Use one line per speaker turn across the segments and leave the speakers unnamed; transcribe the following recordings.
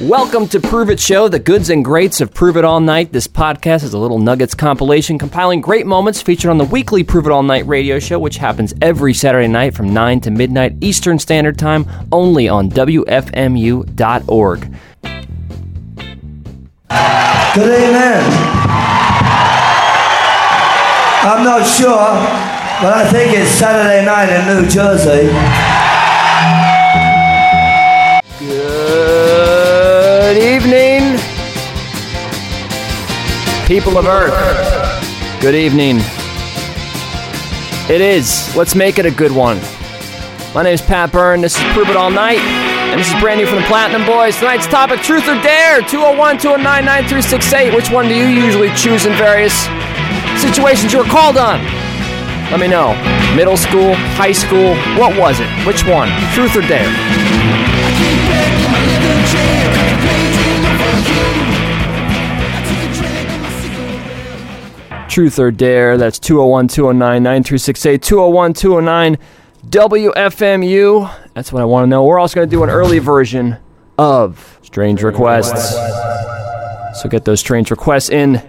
Welcome to Prove It Show, the goods and greats of Prove It All Night. This podcast is a little nuggets compilation compiling great moments featured on the weekly Prove It All Night radio show, which happens every Saturday night from 9 to midnight Eastern Standard Time, only on WFMU.org.
Good evening. I'm not sure, but I think it's Saturday night in New Jersey.
Good evening, people of Earth. Good evening. It is. Let's make it a good one. My name is Pat Byrne. This is Prove It All Night. And this is brand new from the Platinum Boys. Tonight's topic Truth or Dare 201 209 9368. Which one do you usually choose in various situations you are called on? Let me know. Middle school, high school, what was it? Which one? Truth or Dare? Truth or Dare. That's 201 209 9368. 201 209 WFMU. That's what I want to know. We're also going to do an early version of Strange Requests. So get those strange requests in.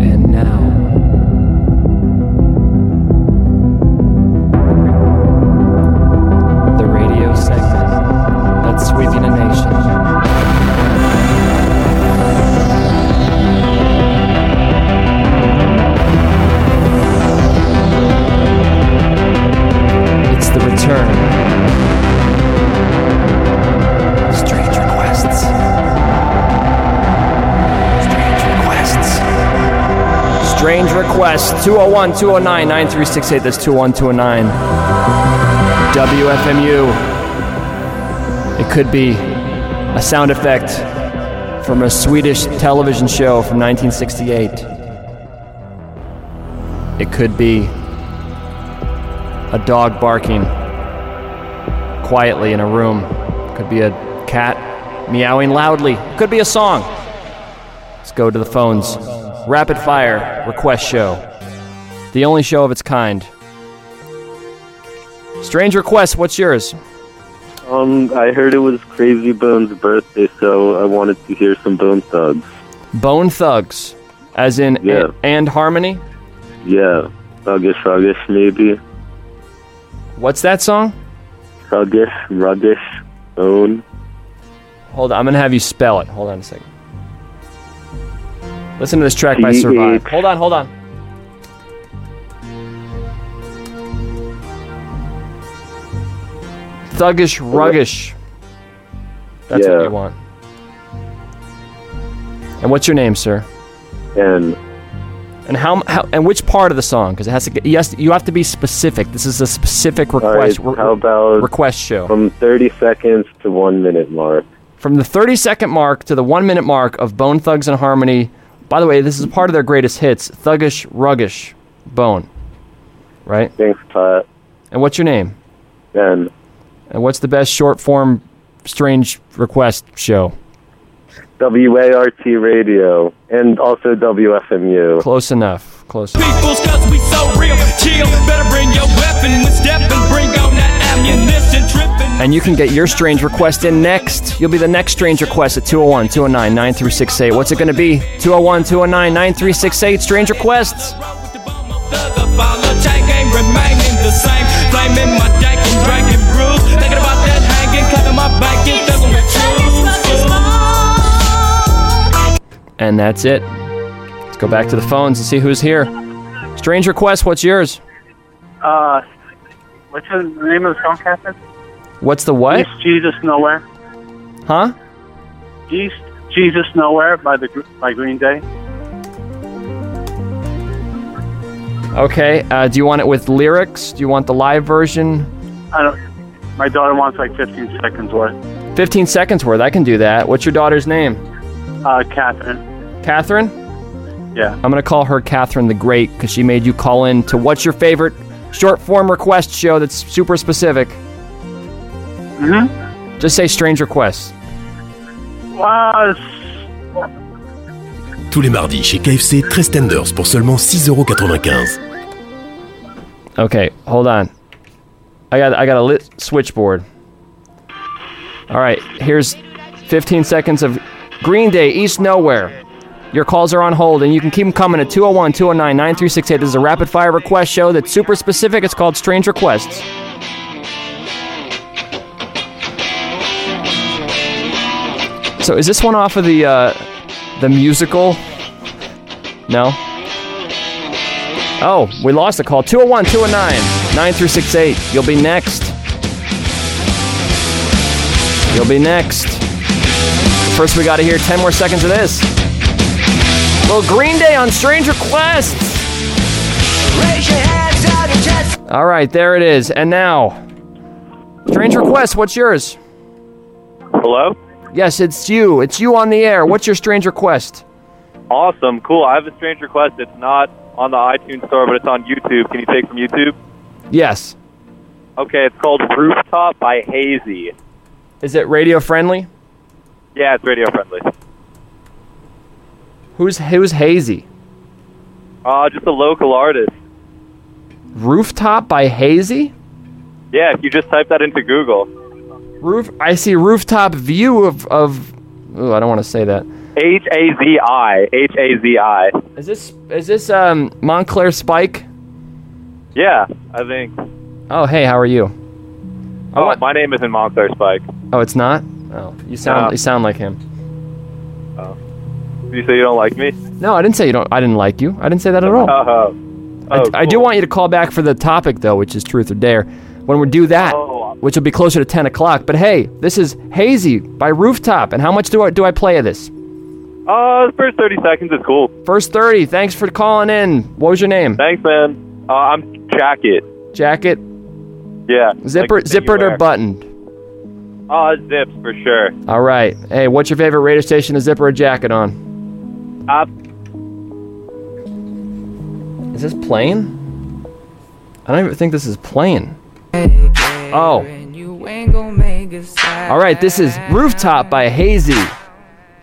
And now, the radio segment that's sweeping a nation. It's the return. Strange requests. Strange requests. Strange oh requests. 201 209 9368. That's 201 209. WFMU. It could be a sound effect from a Swedish television show from 1968. It could be a dog barking quietly in a room. Could be a cat meowing loudly. Could be a song. Let's go to the phones. Rapid fire request show. The only show of its kind. Strange request, what's yours?
Um, I heard it was Crazy Bones' birthday, so I wanted to hear some Bone Thugs.
Bone Thugs, as in
Yeah.
a- and harmony.
Yeah, Thuggish Ruggish, maybe.
What's that song?
Thuggish Ruggish Bone.
Hold on, I'm gonna have you spell it. Hold on a second. Listen to this track by
T H-
Survive. Hold on, hold on. Thuggish, ruggish. That's
Yeah.
what you want. And what's your name, sir?
And,
And how, how and which part of the song? Because it has to get. Yes, you have to be specific. This is a specific
alright,
request. re-
how about
request show?
from 30 seconds to one minute mark?
from the 30 second mark to the one minute mark of Bone Thugs and Harmony. By the way, this is part of their greatest hits Thuggish, Ruggish, Bone. Right?
Thanks, Pat.
And what's your name?
And
And what's the best short form strange request show?
WART Radio, and also WFMU.
Close enough. Close enough.
peoples cause we so real chill better bring your weapon with step and bring on that ammunition tripping
And you can get your strange request in next. You'll be the next strange request at 201 209 9368. What's it going to be? 201 209 9368. Strange requests.
follow tank ain't remaining the same flaming my dank and drinking brews thinking about that hanging clapping my back and doesn't
And that's it. Let's go back to the phones and see who's here. Strange request, what's yours?
Uh, what's the name of the song, Captain?
What's the what?
East Jesus Nowhere.
Huh?
East Jesus Nowhere by the by Green Day.
Okay. Uh, do you want it with lyrics? Do you want the live version?
I don't. My daughter wants like 15 seconds worth.
15 seconds worth. I can do that. What's your daughter's name?
Uh, Catherine.
Catherine?
Yeah.
I'm going to call her Catherine the Great because she made you call in to what's your favorite short form request show that's super specific.
Mm-hmm. Uh,
Just say strange requests.
Was
Tous les mardis chez KFC, 13 tenders pour seulement 6,95€.
Okay, hold on. I got I got a lit switchboard. All right, here's 15 seconds of Green Day, East Nowhere. Your calls are on hold, and you can keep them coming at 201 209 9368. This is a rapid fire request show that's super specific. It's called Strange Requests. So, is this one off of the uh, the musical? No. Oh, we lost the call. 201 209 9368. You'll be next. You'll be next. First, we got to hear 10 more seconds of this. Little Green Day on Strange Requests. All right, there it is. And now, Strange Request, what's yours?
Hello?
Yes, it's you. It's you on the air. What's your Strange Request?
Awesome, cool. I have a strange request. It's not on the iTunes store, but it's on YouTube. Can you take from YouTube?
Yes.
Okay, it's called Rooftop by Hazy.
Is it radio friendly?
Yeah, it's radio friendly.
Who's who's Hazy?
Uh, just a local artist.
Rooftop by Hazy?
Yeah, if you just type that into Google.
Roof I see rooftop view of of Ooh, I don't want to say that.
H A Z I. H A Z I.
Is this is this um Montclair Spike?
Yeah, I think.
Oh, hey, how are you? I
Oh,
want-
my name isn't Monster Spike.
Oh, it's not? Oh, you sound
No.
you sound like him.
You say you don't like me?
No, I didn't say you don't I didn't like you. I didn't say that at all.
Uh,
I, I do want you to call back for the topic though, which is truth or dare. When we do that,
Oh.
which will be closer to ten o'clock. But hey, this is Hazy by Rooftop, and how much do I do I play of this?
Uh, the first 30 seconds is cool.
First thirty. Thanks for calling in. What was your name?
Thanks, man. Uh, I'm Jacket.
Jacket,
Yeah.
zipper,
Like the thing you
zippered or
wear.
buttoned.
Uh, zips for sure.
All right. Hey, what's your favorite radio station to zipper a jacket on?
Uh,
Is this playing? I don't even think this is playing. Oh. All right, this is Rooftop by Hazy.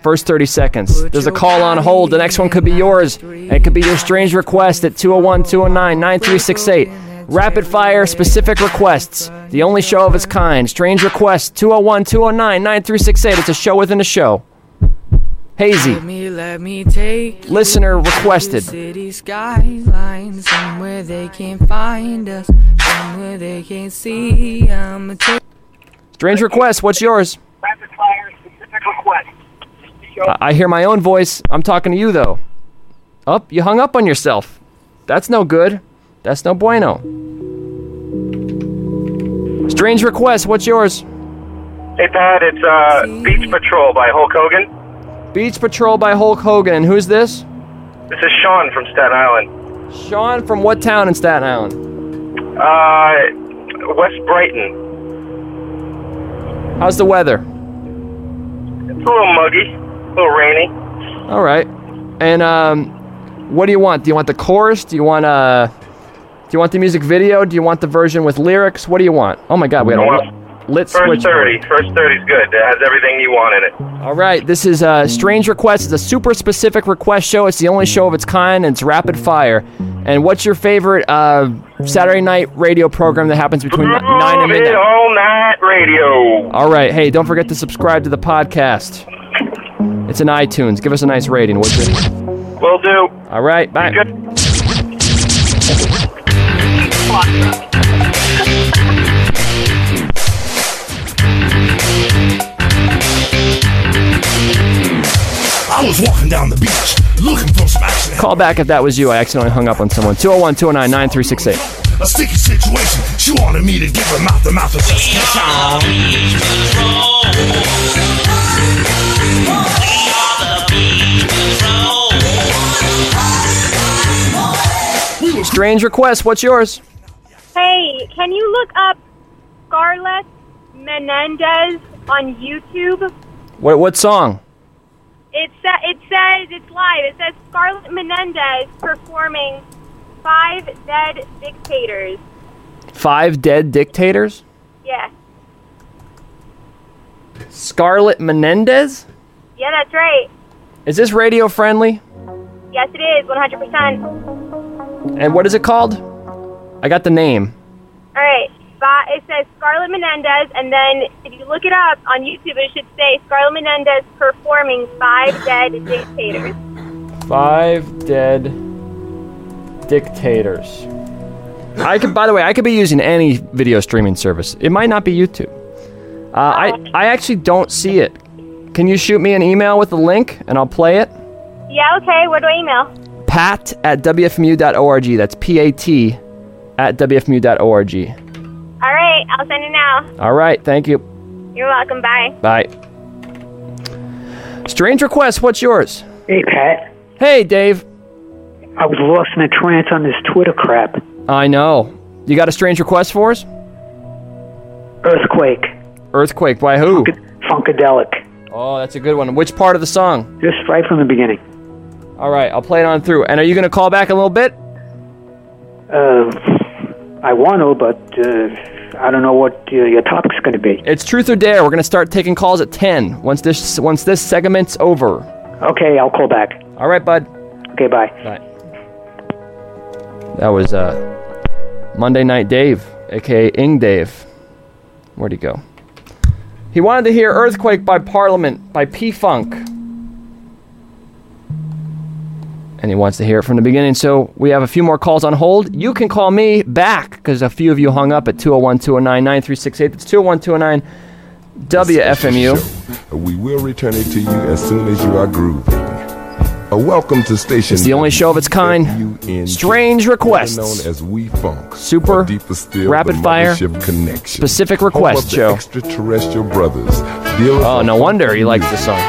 First 30 seconds. There's a call on hold. The next one could be yours. And it could be your strange request at 201 209 9368. Rapid fire specific requests. The only show of its kind. Strange request 201 209 9368. It's a show within a show. Hazy,
me, let me take
listener requested.
city skyline somewhere they can't find us, somewhere they can't see. I'm a take
Strange request, what's yours?
rapid fire specific request.
I- I hear my own voice. I'm talking to you though. Up, you hung up on yourself. That's no good. That's no bueno. Strange request. What's yours?
Hey Pat, it's uh, Beach Patrol by Hulk Hogan.
Beach Patrol by Hulk Hogan. And who's this?
This is Sean from Staten Island.
Sean from what town in Staten Island?
Uh, West Brighton.
How's the weather?
It's a little muggy, a little rainy.
All right. And um, what do you want? Do you want the chorus? Do you want uh, do you want the music video? Do you want the version with lyrics? What do you want? Oh my God, we had a
I
lit,
want
lit
First
switch.
30. First 30 is good. It has everything you want in it.
All right, this is uh, Strange Request. It's a super specific request show. It's the only show of its kind, and it's rapid fire. And what's your favorite uh, Saturday night radio program that happens between n- 9 and
Move it
midnight?
all night radio.
All right, hey, don't forget to subscribe to the podcast. It's in iTunes. Give us a nice rating, would you?
Will do.
All right, bye.
Good.
I was walking down the beach looking for some action.
Call back if that was you. I accidentally hung up on someone. 201 209 9368.
A sticky situation. She wanted me to give her mouth to mouth assistance.
Strange Request, what's yours?
Hey, can you look up Scarlett Menendez on YouTube?
What, what song?
It sa- it says it's live. It says Scarlett Menendez performing Five Dead Dictators.
Five Dead Dictators?
Yeah.
Scarlett Menendez?
Yeah, that's right.
Is this radio friendly?
Yes, it is. 100%. All
And what is it called? I got the name.
right. Five, it says Scarlett Menendez, and then if you look it up on YouTube, it should say Scarlett Menendez performing Five Dead Dictators.
Five dead dictators. I could. By the way, I could be using any video streaming service. It might not be YouTube. Uh, I I actually don't see it. Can you shoot me an email with the link and I'll play it?
Yeah, okay, what do I email?
Pat at wfmu.org. That's P A T at wfmu.org.
All right, I'll send it now.
All right. Thank you.
You're welcome, bye.
Bye. Strange request. What's yours?
Hey, Pat.
Hey, Dave.
I was lost in a trance on this Twitter crap.
I know. You got a strange request for us?
Earthquake.
Earthquake by who?
Funkadelic.
Oh, that's a good one. Which part of the song?
Just right from the beginning.
All right, I'll play it on through. And are you going to call back a little bit?
Uh, I want to, but uh, I don't know what uh, your topic's going to be.
It's truth or dare. We're going to start taking calls at 10 once this once this segment's over.
Okay, I'll call back.
All right, bud.
Okay, bye.
That was uh, Monday Night Dave, aka Ing Dave. Where'd he go? He wanted to hear Earthquake by Parliament by P Funk. And he wants to hear it from the beginning. So we have a few more calls on hold. You can call me back because a few of you hung up at 201 209 9368. That's 201 209 WFMU.
We will return it to you as soon as you are grooving. A welcome to station.
It's the only show of its kind. Strange requests.
known as We Funk.
Super
Deeper still,
rapid
the
fire
mothership connection.
specific
Home
request
of the
show.
Extraterrestrial brothers. Oh,
no wonder he likes this song.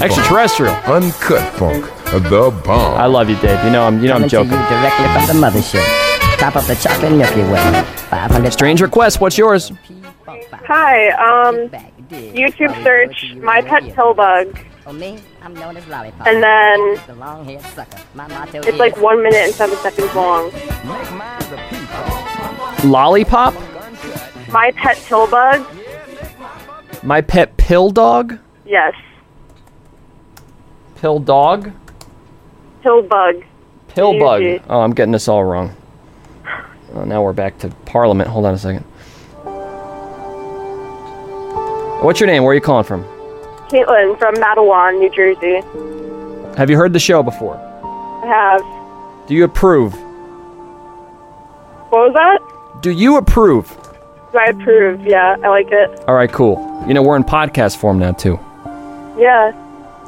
Extraterrestrial.
Uncut funk. The bomb. I
love you, Dave. You know I'm. You know
Coming
I'm joking.
to you directly from the mothership. Top of the chocolate Milky Way. 500.
Strange request. What's yours?
Hi, um, YouTube search my pet pill bug,
For me, I'm known as Lollipop.
and then
the long-haired sucker. My motto
it's like
is-
one minute and seven seconds long.
Lollipop.
My pet pill bug,
My pet pill dog.
yes,
Pill dog.
pill bug.
Pill bug.
Easy.
Oh, I'm getting this all wrong. Oh, now we're back to Parliament. Hold on a second. What's your name? Where are you calling from?
Caitlin from Mattawan, New Jersey.
Have you heard the show before?
I have.
Do you approve?
What was that?
Do you approve?
I approve. Yeah, I like it.
All right, cool. You know we're in podcast form now too.
Yeah,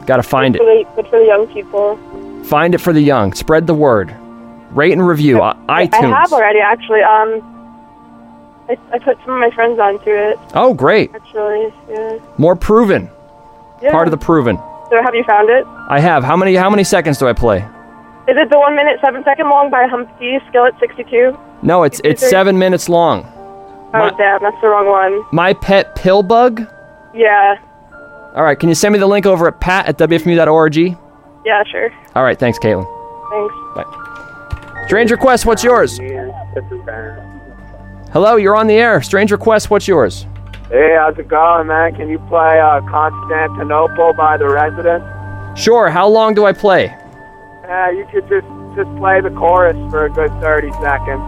Got to find it.
really good for the young people.
Find it for the young. Spread the word. Rate and review. I- uh, iTunes.
I have already actually. Um, I, I put some of my friends onto it
Oh, great.
actually. Yeah.
More proven.
yeah.
Part of the proven.
So have you found it?
I have. How many how many seconds do I play?
Is it the one minute seven second long by Humpty Skillet sixty two?
No, it's it's 7 minutes long.
Oh damn, that's the wrong one.
My pet pill bug?
Yeah,
All right, can you send me the link over at pat at wfmu.org?
yeah, sure.
All right, thanks, Caitlin.
Thanks.
Bye. Strange request, what's yours? Hello, you're on the air. Strange request, what's yours?
Hey, how's it going, man? Can you play uh, Constantinople by The Residents?
Sure, how long do I play?
Uh, you could just just play the chorus for a good 30 seconds.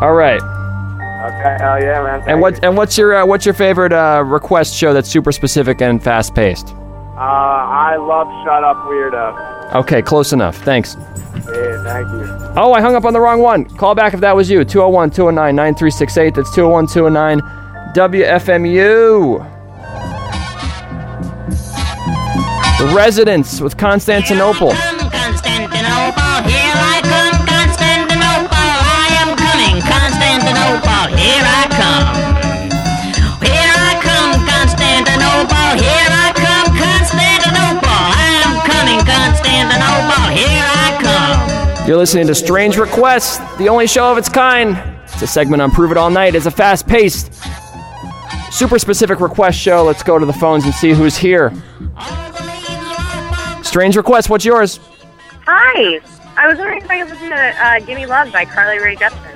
All right.
Okay, hell yeah, man.
And what and what's your uh, what's your favorite uh, request show that's super specific and fast paced?
Uh, I love Shut Up Weirdo.
Okay, close enough. Thanks.
Yeah, thank you.
Oh, I hung up on the wrong one. Call back if that was you. 201 209 9368. That's 201 209 WFMU. The Residents with Constantinople.
Constantinople, here I come, Constantinople, I am coming, Constantinople, here I come. Here I come, Constantinople, here I come, Constantinople, I am coming, Constantinople, here I come.
You're listening to Strange Requests, the only show of its kind. It's a segment on Prove It All Night. It's a fast paced, super specific request show. Let's go to the phones and see who's here. Strange Request, what's yours?
Hi. I was wondering if I could listen to uh, "Give Me Love" by Carly Rae Jepsen.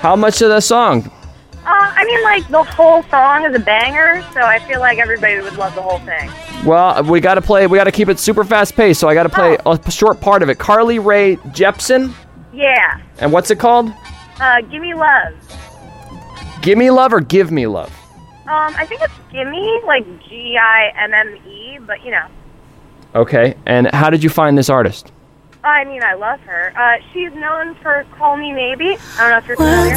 How much of the song?
Uh, I mean, like the whole song is a banger, so I feel like everybody would love the whole thing.
Well, we got to play. We got to keep it super fast paced, so I got to play
Oh.
a short part of it. Carly Ray Jepsen,
Yeah.
and what's it called?
Uh, "Give Me Love."
Give me love or give me love?
Um, I think it's Gimme, like G I M M E, but you know,
Okay. And how did you find this artist?
I mean, I love her. Uh, she's known for Call Me Maybe. I don't know if you're familiar.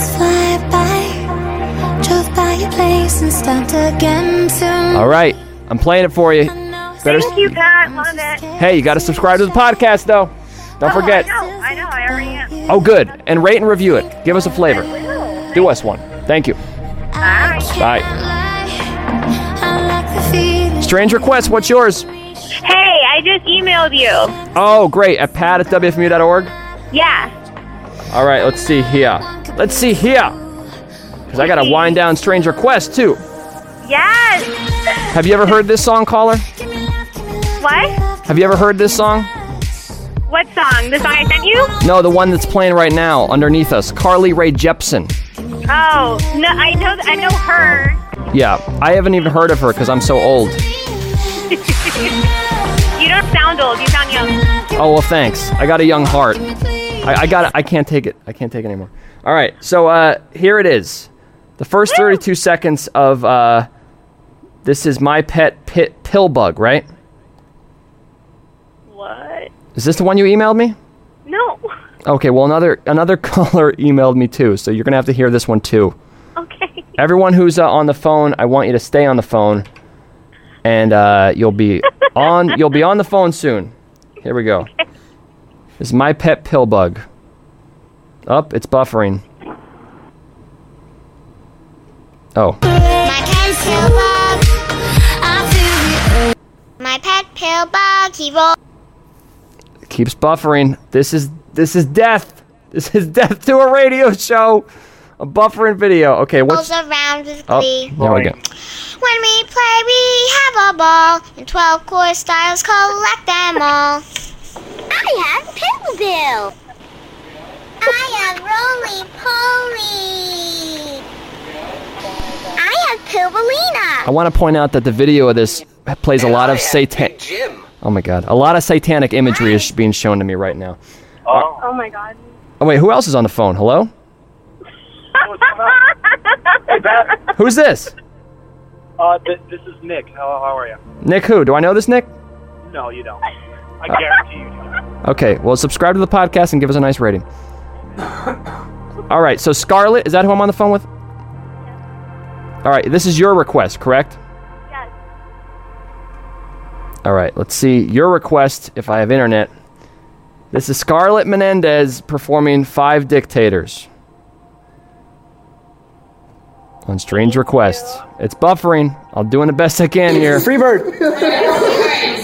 Drove by your place and stopped again to
All right. I'm playing it for you. Better.
Thank you, Pat. Love it.
Hey, you got to subscribe to the podcast though. Don't
Oh,
forget.
I know. I know. I already am.
Oh, good. And rate and review it. Give us a flavor. Do us one. Thank you. Bye. Strange request. What's yours?
Hey, I just emailed you.
Oh, great. At pat at wfmu.org.
Yeah.
All right. Let's see here. Let's see here. Because I got to wind down Strange request too.
Yes.
Have you ever heard this song, caller?
Oh.
What?
Have you ever heard this song?
What song? The song I sent you?
No, the one that's playing right now underneath us. Carly Ray Jepsen.
Oh no, I know. I know her.
Yeah, I haven't even heard of her because I'm so old.
you don't sound old. You sound young.
Oh well, thanks. I got a young heart. I, I got. I can't take it. I can't take it anymore. All right, so uh, here it is. The first 32 seconds of uh, this is my pet pit pill bug, right?
What?
Is this the one you emailed me?
No.
Uh, Okay, well another another caller emailed me too, so you're gonna have to hear this one too.
Okay.
Everyone who's uh, on the phone, I want you to stay on the phone, and uh, you'll be on you'll be on the phone soon. Here we go. This is my pet pill bug. Up, it's buffering. Oh,
My pet pill bug, he rolls.
it keeps buffering. This is this is death. This is death to a radio show. A buffering video. Okay, what's
around with
Oh,
glee.
there we go.
When we play, we have a ball. In 12 core styles, collect them all. I am Pill Bill. I am Roly Poly. I am Pilbalina.
I want to point out that the video of this plays a lot of satan. Oh my god, a lot of satanic imagery is being shown to me right now.
Oh. Oh my God.
Oh wait, who else is on the phone? Hello? Who's this?
Uh, th- this is Nick. How, how are you?
Nick who? Do I know this Nick?
No, you don't. I guarantee you.
Okay, well subscribe to the podcast and give us a nice rating. All right, so Scarlett, is that who I'm on the phone with? All right, this is your request, correct?
Yes.
All right, let's see your request if I have internet. This is Scarlett Menendez performing Five Dictators on Strange Requests. It's buffering. I'm doing the best I can here. Freebird!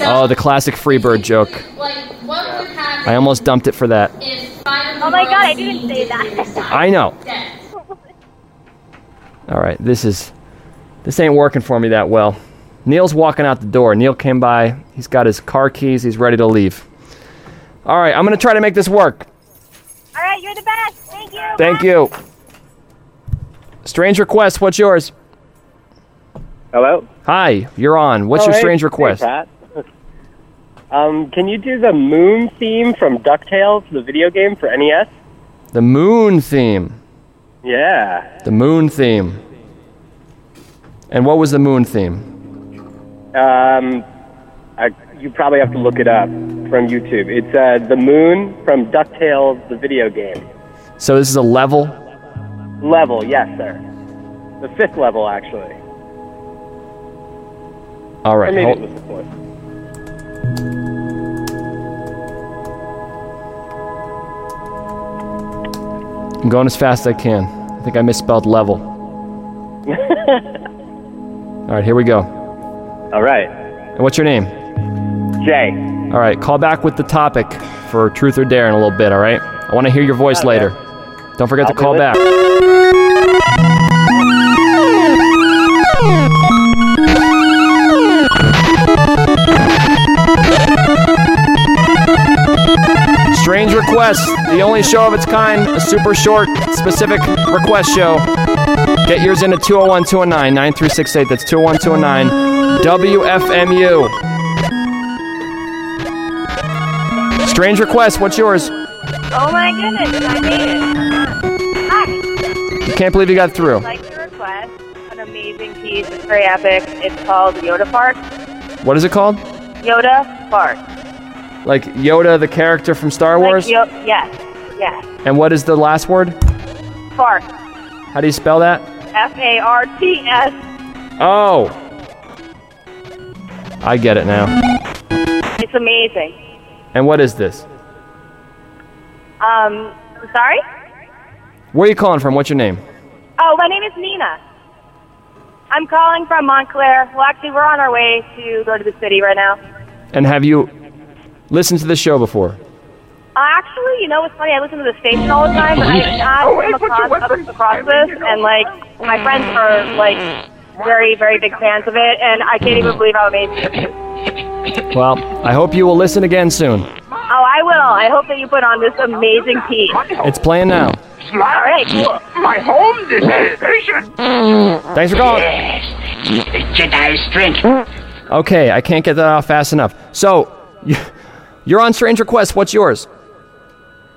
Oh, the classic Freebird joke. I almost dumped it for that.
Oh my God, I didn't say that.
I know. All right, this is this ain't working for me that well. Neil's walking out the door. Neil came by. He's got his car keys. He's ready to leave. All right, I'm gonna try to make this work.
All right, you're the best. Thank you.
Thank you. Strange request. What's yours?
Hello.
Hi, you're on. What's
Oh,
your
hey-
strange
hey,
request?
Pat. Um, can you do the moon theme from DuckTales, the video game for E NES?
the moon theme.
Yeah.
The moon theme. And what was the moon theme?
Um, I, you probably have to look it up from YouTube. It's uh, the moon from DuckTales, the video game.
So this is a level.
Level, yes, sir. The fifth level, actually.
All right.
Or maybe
hold-
it was the fourth.
I'm going as fast as I can. I think I misspelled level. All right, here we go.
All right.
And what's your name?
Jay.
All right, call back with the topic for truth or dare in a little bit, all right? I want to hear your voice later. Don't forget to call back. Strange Request, the only show of its kind, a super short, specific request show. Get yours in at 201 209 9368. That's 201 209 WFMU. Strange Request, what's yours?
Oh my goodness, I made it. Hi.
Can't believe you got through.
Like your
West. An amazing piece. It's very epic. It's called Yoda Park.
What is it called?
Yoda Park.
Like Yoda, the character from Star Wars?
Like Yo- yes, yes.
and what is the last word?
Fart.
How do you spell that?
F A R T S.
Oh. I get it now.
It's amazing.
And what is this?
Um, I'm sorry?
Where are you calling from? What's your name?
Oh, my name is Nina. I'm calling from Montclair. Well, actually, we're on our way to go to the city right now.
And have you listened to this show before?
Uh, actually, you know what's funny? I listen to the station all the time, but I have not come across, up across this, and like my friends are like very, very big fans of it, and I can't even believe how amazing it is.
Well, I hope you will listen again soon.
Oh, I will. I hope that you put on this amazing piece.
It's playing now.
All right, cool.
My home, this station.
Thanks for calling.
Jedi strength.
Okay, I can't get that off fast enough. So, you- you're on Strange Request. What's yours?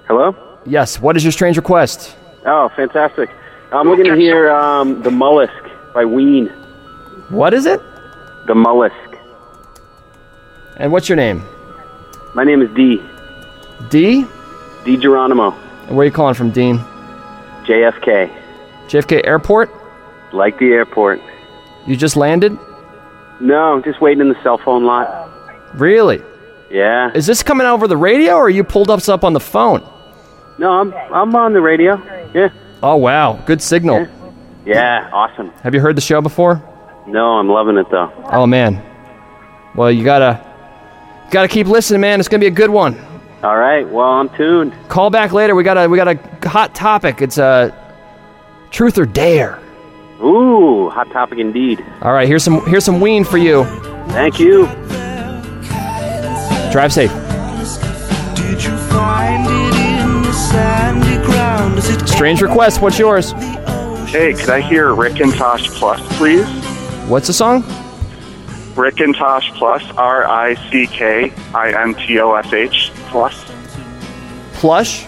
Hello?
Yes, what is your Strange Request?
Oh, fantastic. I'm looking to hear um, The Mollusk by Ween.
What is it?
The Mollusk.
And what's your name?
My name is D.
D?
D. Geronimo,
And where are you calling from, Dean?
JFK.
JFK Airport?
Like the airport.
You just landed?
No, just waiting in the cell phone lot.
Really?
Yeah.
Is this coming over the radio or are you pulled us up on the phone?
No, I'm I'm on the radio. Yeah.
Oh, wow. Good signal.
Yeah, awesome.
Have you heard the show before?
No, I'm loving it though.
Oh, man. Well, you gotta. Gotta keep listening, man. It's gonna be a good one.
All right. Well, I'm tuned.
Call back later. We got a we got a hot topic. It's uh, truth or dare.
Ooh, hot topic indeed.
All right, here's some here's some ween for you.
Thank you.
Drive safe.
Did you find it in the sandy ground? Is it
Strange request. What's yours?
Hey, could I hear Rick and Tosh Plus, please?
What's the song?
Rick and Tosh Plus, R I C K I N T O S H Plus.
Plush.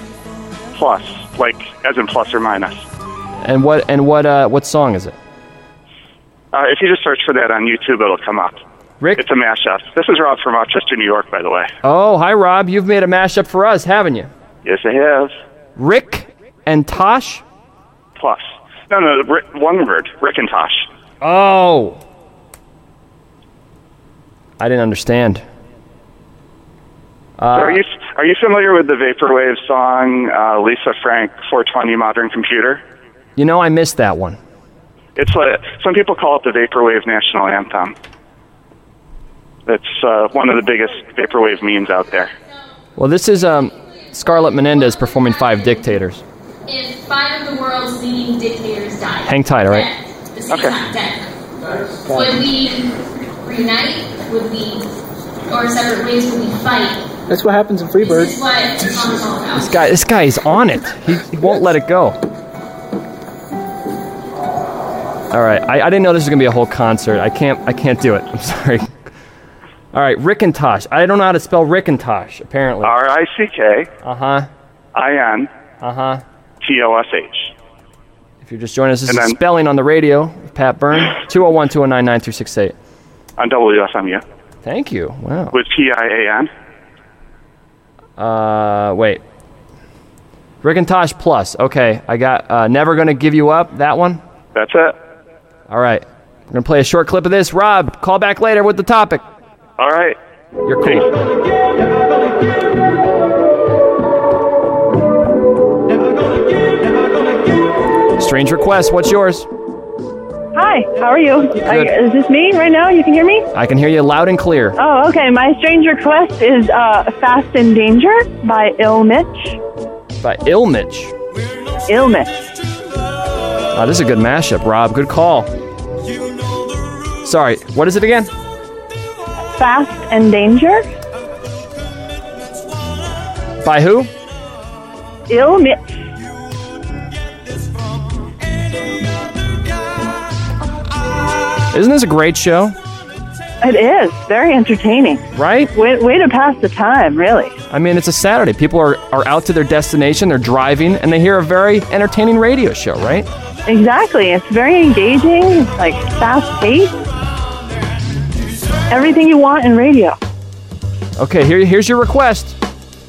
Plus, like as in plus or minus.
And what and what uh what song is it?
Uh, if you just search for that on YouTube, it'll come up.
Rick?
It's a mashup. This is Rob from Rochester, New York, by the way.
Oh, hi Rob. You've made a mashup for us, haven't you?
Yes, I have.
Rick and Tosh.
Plus. No, no, Rick, one word. Rick and Tosh.
Oh. I didn't understand.
are
Uh,
you are you familiar with the vaporwave song uh, Lisa Frank 420 Modern Computer?
you know I missed that one.
It's like some people call it the vaporwave national anthem. It's uh, one of the biggest vaporwave memes out there.
Well, this is um, Scarlett Menendez performing Five Dictators.
And five of the world's leading dictators died.
Hang tight, all right?
At the same time, dead. Would we reunite? Would we, or separate ways? Would we fight?
That's what happens in
This
Freebird.
is what the song is all about.
This guy, this guy is on it. He, he won't let it go. All right, I, I didn't know this was gonna be a whole concert. I can't, I can't do it. I'm sorry. All right, Rickintosh. I don't know how to spell Rickintosh. Apparently.
R I C K
Uh huh.
I N
Uh huh.
T O S H.
If you're just joining us, this
And
is
then-
spelling on the radio. with Pat Byrne, 201-209-9368.
On WSMU.
Thank you. Wow.
With P I A N.
Uh, wait. Rickintosh Plus. Okay, I got uh, Never Gonna Give You Up, that one.
That's it.
All right. We're going to play a short clip of this. Rob, call back later with the topic.
All right.
You're cool. Strange request. What's yours?
Hi, how are you? Are you- is this me right now? You can hear me?
I can hear you loud and clear.
Oh, okay. My strange request is uh, Fast and Danger by Il Mitch.
By Ill Mitch.
Il Mitch.
Oh, this is a good mashup, Rob. Good call. Sorry, what is it again?
Fast and Danger?
By who?
Il Mitch.
Isn't this a great show?
It is very entertaining.
Right?
Way, way to pass the time, really.
I mean, it's a Saturday. People are, are out to their destination, they're driving, and they hear a very entertaining radio show, right?
Exactly. It's very engaging. It's like fast paced. Everything you want in radio.
Okay, here, here's your request.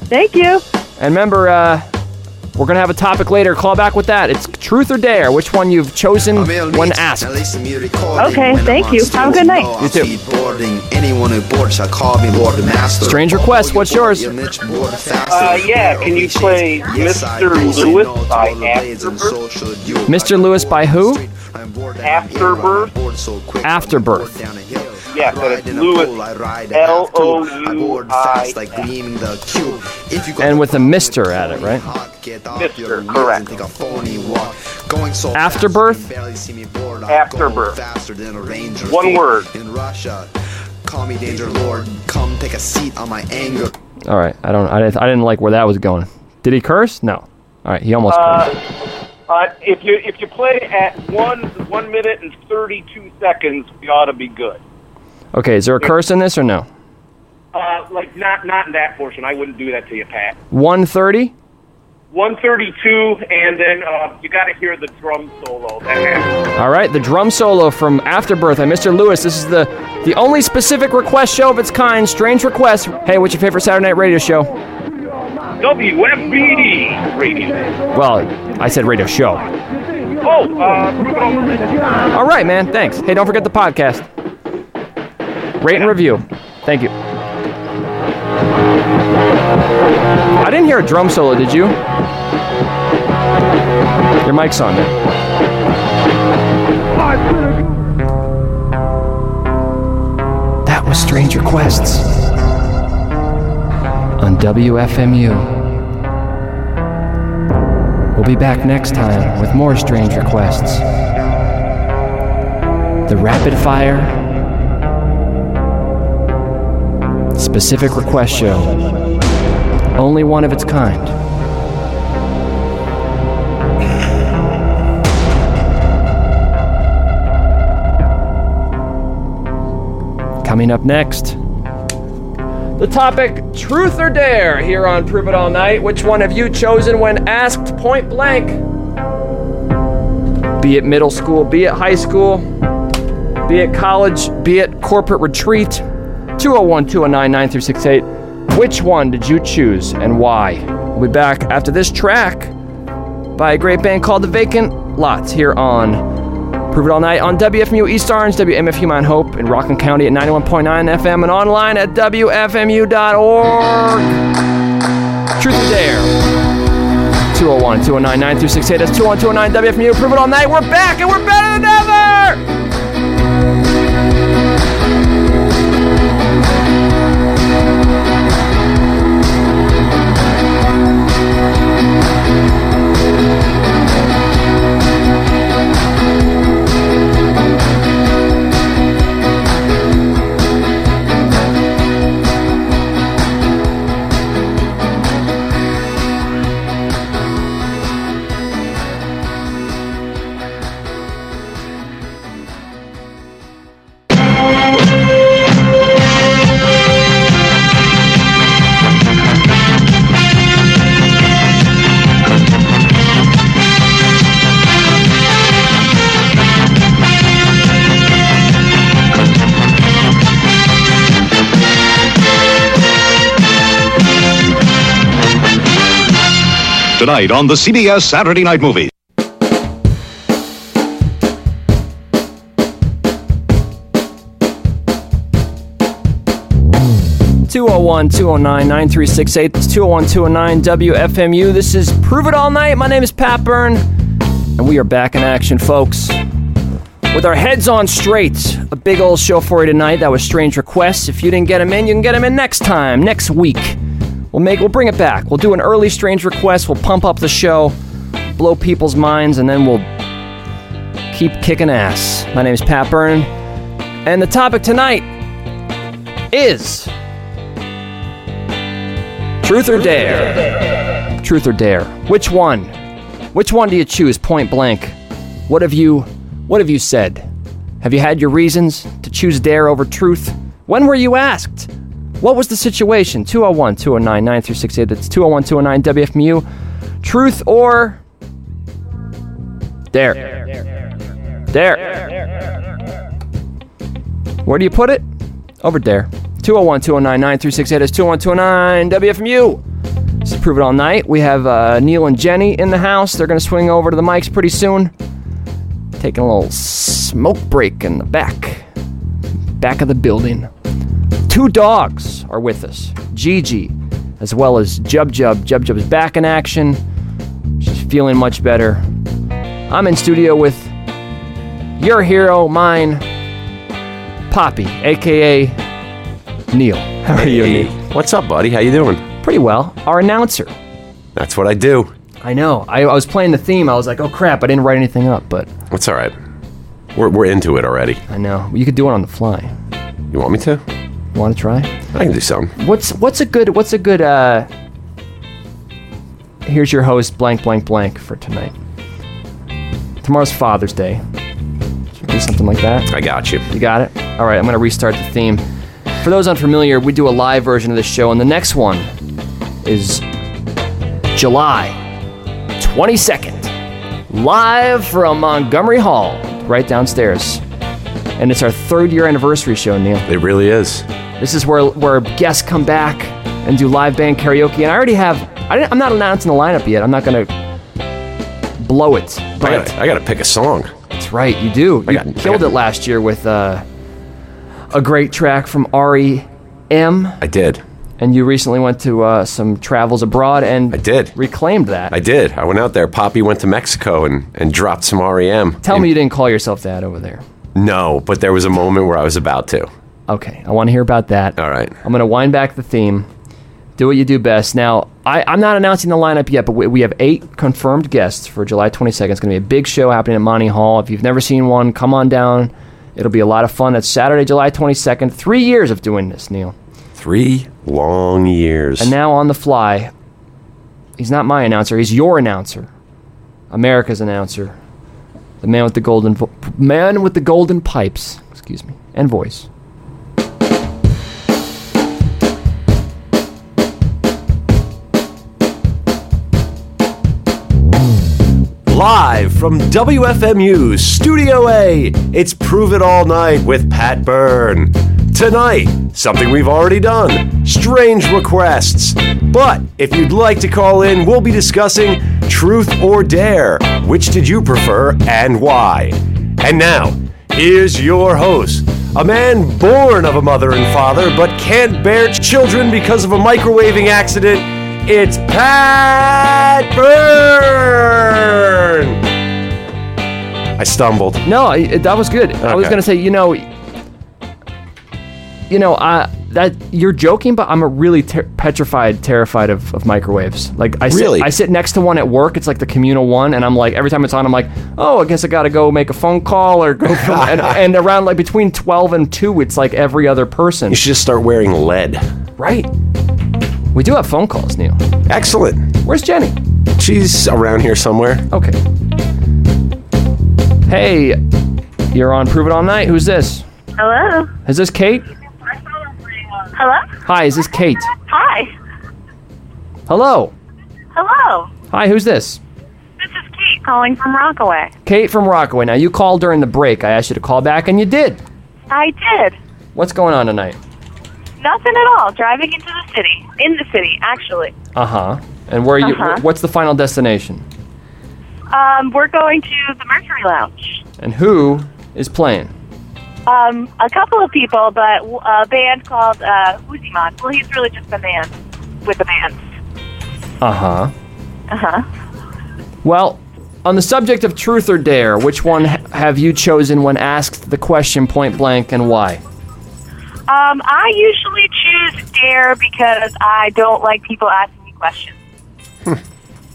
Thank you.
And remember, uh, we're gonna have a topic later. Call back with that. It's truth or dare. Which one you've chosen when asked.
Okay, thank you. Have a good night.
You too.
Anyone who bored shall call me Lord and Master.
Strange request. What's yours?
Uh,
yeah, can you play Mr. Lewis by Afterbirth?
Mr. Lewis by who?
Afterbirth?
Afterbirth.
Yeah, but it's Lewis. L O U I.
And with a Mister at it, right?
Mister, correct.
Afterbirth.
Afterbirth. One word.
Call me Danger Lord. Come take a seat on my anger.
All right. I don't. I, didn't- I didn't like where that was going. Did he curse? No. All right. He almost. cursed.
Uh, uh, if you if you play at one one minute and thirty two seconds, we ought to be good.
Okay. Is there a curse in this or no?
Uh, like not not in that portion. I wouldn't do that to you, Pat.
One thirty.
One thirty two, and then uh, you got to hear the drum solo. That happens.
All right, the drum solo from Afterbirth by Mr. Lewis. This is the the only specific request show of its kind. Strange request. Hey, what's your favorite Saturday night radio show?
WFBD radio.
Well, I said radio show.
Oh, uh, Ruben Overman.
All right, man. Thanks. Hey, don't forget the podcast. Rate and review. Thank you. I didn't hear a drum solo. Did you? Your mic's on there. That was Strange Requests on WFMU. We'll be back next time with more Strange Requests. The Rapid Fire Specific Request Show. Only one of its kind. Coming up next. The topic Truth or Dare here on Prove It All Night. Which one have you chosen when asked point blank? Be it middle school, be it high school, be it college, be it corporate retreat. 201 209 9368. Which one did you choose and why? We'll be back after this track by a great band called The Vacant Lots here on Prove It All Night on WFMU East Orange, WMFU Mount Hope in Rockland County at 91.9 FM and online at WFMU.org. Truth or Dare. 201 209 9368. That's 201 209 WFMU. Prove It All Night. We're back and we're better than ever!
Tonight on the CBS Saturday Night Movie.
Two zero one two zero nine nine three six eight. oh It's 201 209 WFMU. This is Prove It All Night. My name is Pat Byrne, and we are back in action, folks. With our heads on straight, a big old show for you tonight. That was Strange Requests. If you didn't get them in, you can get them in next time, next week. We'll make we'll bring it back. We'll do an early Strange Request. We'll pump up the show, blow people's minds, and then we'll keep kicking ass. My name is Pat Byrne, and the topic tonight is Truth or dare? Truth or dare? Which one? Which one do you choose point blank? What have you what have you said? Have you had your reasons to choose dare over truth? When were you asked? What was the situation? 201 209 9368. That's 201 209 WFMU. Truth or dare? There. Where do you put it? Over there. 201 209 9368 is 201 WFMU. This is Prove It All Night. We have uh, Neil and Jenny in the house. They're going to swing over to the mics pretty soon. Taking a little smoke break in the back. Back of the building. Two dogs are with us Gigi, as well as Jub Jub. Jub Jub's back in action. She's feeling much better. I'm in studio with your hero, mine, Poppy, aka Neil. How are you, Neil?
What's up, buddy? How you doing?
Pretty well. Our announcer.
That's what I do.
I know. I, I was playing the theme. I was like, oh crap, I didn't write anything up, but
That's all right. We're, we're into it already.
I know. You could do it on the fly.
You want me to?
Want to try?
I can do some.
What's what's a good what's a good uh Here's your host blank blank blank for tonight. Tomorrow's Father's Day. Should we do something like that?
I got you.
You got it? All right, I'm going to restart the theme. For those unfamiliar, we do a live version of this show, and the next one is July 22nd, live from Montgomery Hall, right downstairs. And it's our third year anniversary show, Neil.
It really is.
This is where, where guests come back and do live band karaoke. And I already have, I didn't, I'm not announcing the lineup yet. I'm not going to blow it.
I gotta, I gotta pick a song.
That's right, you do. You
got- I
killed
got-
it last year with uh, a great track from R.E.M.
I did.
And you recently went to uh, some travels abroad and I
did
reclaimed that.
I did. I went out there. Poppy went to Mexico and, and dropped some REM.
Tell me you didn't call yourself that over there.
No, but there was a moment where I was about to.
Okay, I want to hear about that. All right. I'm going to wind back the theme. Do what you do best. Now, I, I'm not announcing the lineup yet, but we, we have eight confirmed guests for July 22nd. It's going to be a big show happening at Monty Hall. If you've never seen one, come on down. It'll be a lot of fun. That's Saturday, July 22nd. Three years of doing this, Neil.
Three long years.
And now on the fly, he's not my announcer. He's your announcer, America's announcer, the man with the golden vo- man with the golden pipes. Excuse me, and voice.
Live from WFMU Studio A, it's Prove It All Night with Pat Byrne. Tonight, something we've already done strange requests. But if you'd like to call in, we'll be discussing Truth or Dare. Which did you prefer and why? And now, here's your host, a man born of a mother and father but can't bear children because of a microwaving accident. It's Pat Byrne! I stumbled.
No, I, that was good. I was
Okay.
gonna say, you know, you know, I that you're joking, but I'm a really ter- petrified, terrified of, of microwaves. Like I
Really?
sit, I sit next to one at work. It's like the communal one, and I'm like every time it's on, I'm like, oh, I guess I gotta go make a phone call or go. From, and, and around like between twelve and two, it's like every other person. You
should just start wearing lead.
Right. We do have phone calls, Neil.
Excellent.
Where's Jenny?
She's around here somewhere.
Okay. Hey, you're on Prove It All Night. Who's this?
Hello.
Is this Kate?
Hello.
Hi, is this Kate?
Hi.
Hello.
Hello.
Hi, who's this?
This is Kate calling from Rockaway.
Kate from Rockaway. Now, you called during the break. I asked you to call back, and you did.
I did.
What's going on tonight?
Nothing at all. Driving into the city. In the city, actually.
Uh huh. And where are you?
Uh-huh.
What's the final destination?
Um, we're going to the Mercury Lounge.
And who is playing?
Um, a couple of people, but a band called uh, Uzimon. Well, he's really just a man with a band.
Uh huh.
Uh huh.
Well, on the subject of truth or dare, which one ha- have you chosen when asked the question point blank and why?
Um, I usually choose Dare because I don't like people asking me questions.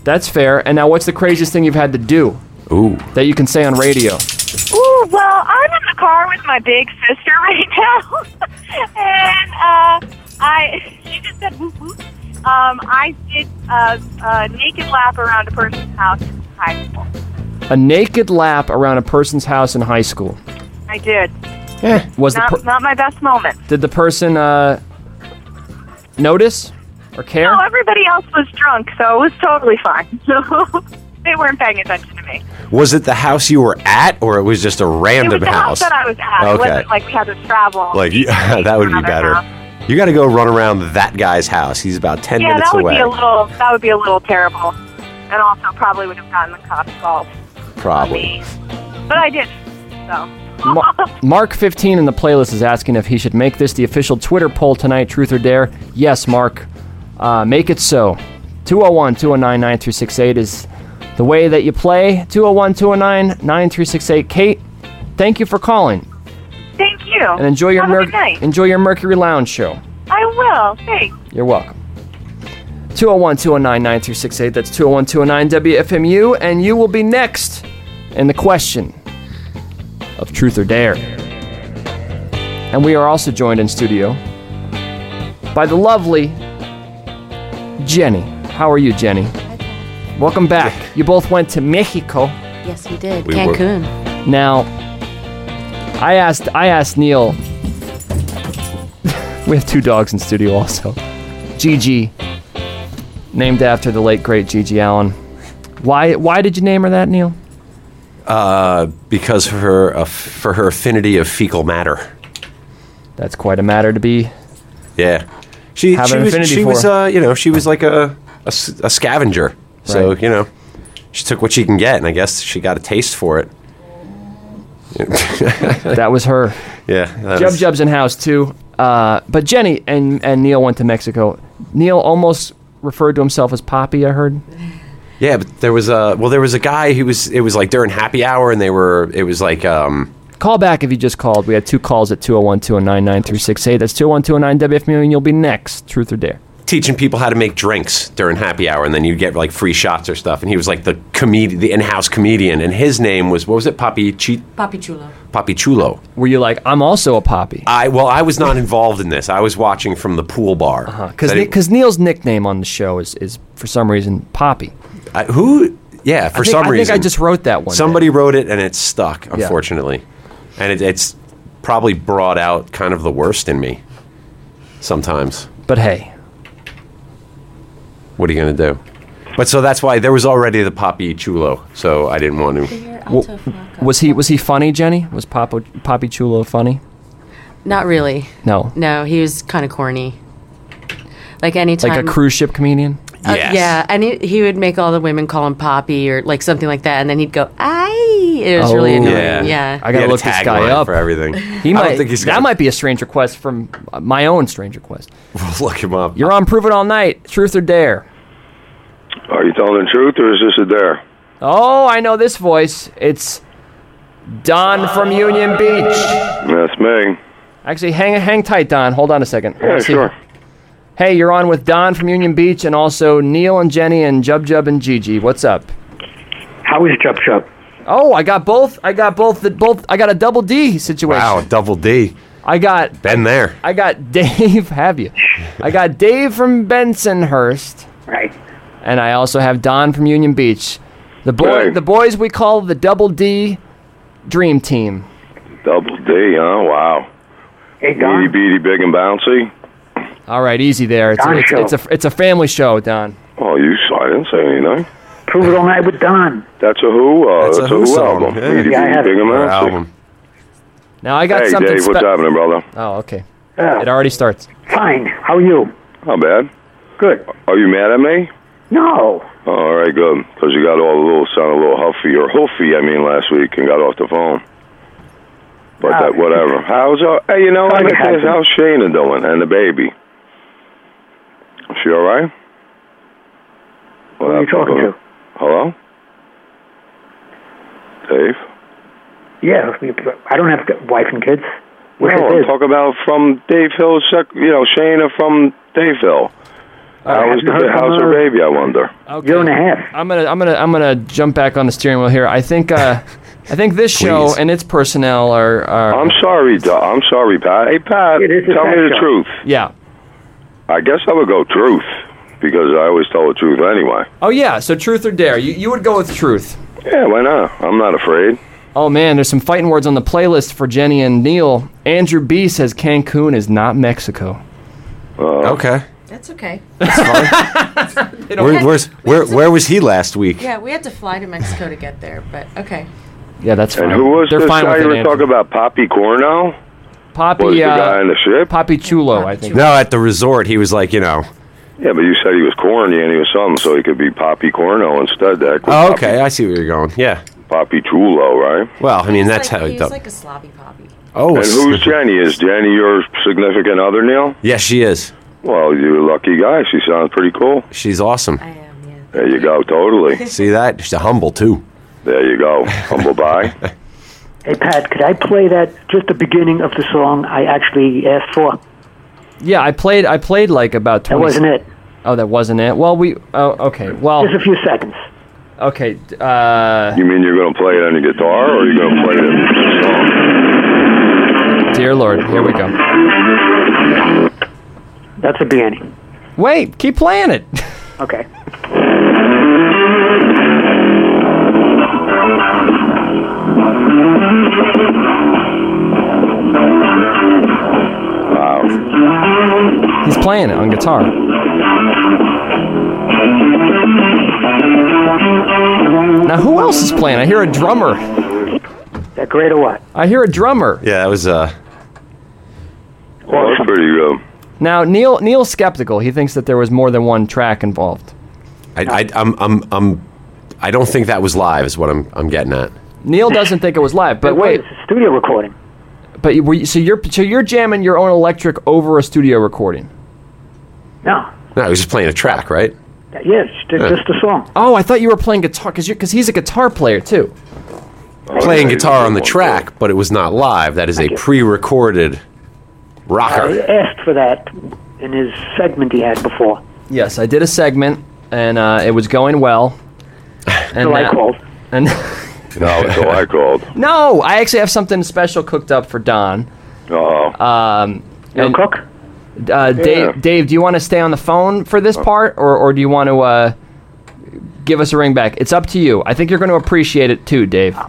That's fair. And now, what's the craziest thing you've had to do?
Ooh.
That you can say on radio.
Ooh, well, I'm in the car with my big sister right now, and uh, I she just said whoop whoop. Um, I did a, a naked lap around a person's house in high school.
A naked lap around a person's house in high school.
I did.
Was the
not,
per-
not my best moment.
Did the person uh, notice or care?
No, everybody else was drunk, so it was totally fine. So they weren't paying attention to me.
Was it the house you were at, or it was just a random
it was the house. that I was at. It
Okay.
wasn't like we had to travel.
Like yeah, that would be better. You got to go run around that guy's house. He's about ten
yeah,
minutes
that would
away.
be a little. That would be a little terrible, and also probably would have gotten the cops involved.
Probably.
But I did. So
Ma- Mark 15 in the playlist is asking if he should make this the official Twitter poll tonight, truth or dare. Yes, Mark. Uh, make it so. 201 209 9368 is the way that you play. 201 209 9368. Kate, thank you for calling.
thank you.
And enjoy your,
Have a good
Merc-
night.
enjoy your Mercury Lounge show.
I will. Thanks.
You're welcome. 201 209 9268. That's 201 209 WFMU. And you will be next in the question of truth or dare. And we are also joined in studio by the lovely Jenny. How are you, Jenny? Welcome back. You both went to Mexico.
Yes, we did.
We were-
Cancun.
Now, I asked I asked Neil. we have two dogs in studio also. Gigi, named after the late great Gigi Allen. Why why did you name her that, Neil?
Uh, because of her uh, for her affinity of fecal matter.
That's quite a matter to be.
Yeah, she
Have
she
an
was
affinity
she
for.
was uh, you know she was like a a, s- a scavenger. So
Right.
you know she took what she can get, and I guess she got a taste for it.
that was her.
Yeah, that
Jub
was-
Jub's in house too. Uh, but Jenny and and Neil went to Mexico. Neil almost referred to himself as Poppy. I heard.
Yeah, but there was a well, there was a guy who was it was like during happy hour, and they were it was like um
Call back if you just called. We had two oh calls at 201 209 9368. That's 201 209 WFMU, and you'll be next. Truth or Dare.
teaching people how to make drinks during happy hour, and then you get like free shots or stuff. And he was like the comedian, the in-house comedian, and his name was what was it, Papi Chi-
Papi Chulo.
Papi Chulo.
Were you like I'm also a Poppy?
I well, I was not involved in this. I was watching from the pool bar.
Because
But it-
Neil's nickname on the show is, is for some reason, Poppy.
I, who? Yeah,
I
for
think-
some
I think
reason
I just wrote that one
Somebody wrote it, and it stuck.
Yeah.
Unfortunately, and it, it's probably brought out kind of the worst in me sometimes.
But hey,
what are you going to do? But so that's why there was already the Poppy Chulo, so I didn't want to.
was he was he funny, Jenny? Was Papa, Poppy Chulo funny?
Not really.
No.
No, he was kind of corny. Like anytime.
Like a cruise ship comedian?
Uh, Yeah, and he, he would make all the women call him Poppy or like something like that, and then he'd go, "Aye." It was really annoying. Yeah.
Oh, I gotta look this guy up
for everything.
He
I
might.
don't think he's
that
gonna-
might be a strange request from uh, my own strange request.
look him up.
You're on Prove It All Night. Truth or Dare?
Are you telling the truth or is this a dare?
Oh, I know this voice. It's Don from Union Beach.
That's me.
Actually, hang hang tight, Don. Hold on a second. I
Yeah,
wanna see-
sure.
Hey, you're on with Don from Union Beach, and also Neil and Jenny and Jub Jub and Gigi. What's up?
How is Jub Jub?
Oh, I got both. I got both. The both. I got a double D situation.
Wow, double D.
I got
been there.
I got Dave. Have you? I got Dave from Bensonhurst.
Right.
And I also have Don from Union Beach. The boy,
Hey.
the boys we call the Double D Dream Team.
Double D, huh? Wow.
Hey,
Meaty, beady, big and bouncy.
All right, easy there. It's,
Don
a, it's,
Show.
it's a it's a family show, Don.
Oh, you, I didn't say anything.
Prove it all night with Don.
That's a Who? Uh, that's, Uh, a Who,
song,
album.
yeah.
Meaty,
Yeah, I
beady,
have
big
it.
and
Or
bouncy.
album.
Now I got
hey,
something.
Dave, what's
spe-
happening, brother?
Oh, okay.
Yeah.
It already starts.
Fine. How are you?
Not bad.
Good.
Are you mad at me?
No.
All right, good. Because you got all a little, sound a little huffy or hoofy, I mean, last week and got off the phone. But
Oh.
that, whatever. How's, uh, hey, you know, I
Something
got this.
happened.
How's Shayna doing and the baby? Is she all right? What
Who are you talking to?
Hello? Dave?
Yeah. we- I don't have a wife and kids. Wish
no,
I
I'm
did.
talking about from Dave Hill, sec- you know, Shayna from Dave Hill.
I
How is
haven't
the,
heard
ba-
from
how's her
her.
baby, I wonder?
Okay.
Year and a half.
I'm gonna I'm gonna I'm gonna jump back on the steering wheel here. I think uh, I think this show
Please.
and its personnel are. are
I'm sorry, Do- I'm sorry, Pat. Hey, Pat,
It is a
tell me
fact
the
show.
truth.
Yeah.
I guess I would go truth because I always tell the truth anyway.
Oh yeah. So truth or dare? You you would go with truth.
Yeah, why not? I'm not afraid.
Oh man, there's some fighting words on the playlist for Jenny and Neil. Andrew B says Cancun is not Mexico.
Uh,
okay.
That's okay.
That's
fine.
Where, where's, where, where was he last week?
Yeah, we had to fly to Mexico to get there, but okay.
Yeah, that's
And
fine.
who was
They're
this
fine
guy
with
you
it,
were
Andrew.
talking about? Poppy Cornell?
Poppy,
was the
uh,
guy in the ship?
Poppy Chulo, I think.
No, at the resort, he was like, you know.
Yeah, but you said he was corny and he was something, so he could be Poppy Cornell instead. That could
Oh, okay, I see where you're going. Yeah.
Poppy Chulo, right?
Well, I mean, that's how.
He's like a sloppy poppy.
Oh,
and who's Jenny? Is Jenny your significant other, Neil?
Yeah, she is.
Well, you're a lucky guy. She sounds pretty cool.
She's awesome.
There you go. Totally.
See that? She's humble too.
There you go. Humble bye.
Hey, Pat, could I play that, just the beginning of the song I actually asked for?
Yeah, I played. I played like about. 20
wasn't it.
Oh, that wasn't it. Well, we. Oh, okay. Well,
Just a few seconds.
Okay. d- Uh,
You mean you're going to play it on your guitar, or you're going to play it?
dear Lord, here we go.
That's the beginning.
Wait, keep playing it.
Okay.
He's playing it on guitar. Now, who else is playing? I hear a drummer.
That great or what?
I hear a drummer.
Yeah, that was uh.
Well, that's pretty good.
Now, Neil Neil's skeptical. He thinks that there was more than one track involved.
I, I I'm I'm I'm I don't think that was live. Is what I'm I'm getting at.
Neil doesn't think it was live, but wait,
it's a studio recording.
But you- were you, so you're so you're jamming your own electric over a studio recording.
No.
No, he was just playing a track, right?
Yes, just, just the song.
Oh, I thought you were playing guitar because because he's a guitar player too.
playing guitar on the track, but it was not live. That is a pre-recorded
I
rocker.
asked for that in his segment he had before.
Yes, I did a segment and uh, it was going well. And uh,
So I
now-
called.
And
No, so I called.
no, I actually have something special cooked up for Don.
Oh.
Um,
You'll
and-
cook?
Uh,
Yeah. Oh.
Dave, Dave, do you want to stay on the phone for this part, or, or do you want to uh, give us a ring back? It's up to you. I think you're going to appreciate it too, Dave.
Uh,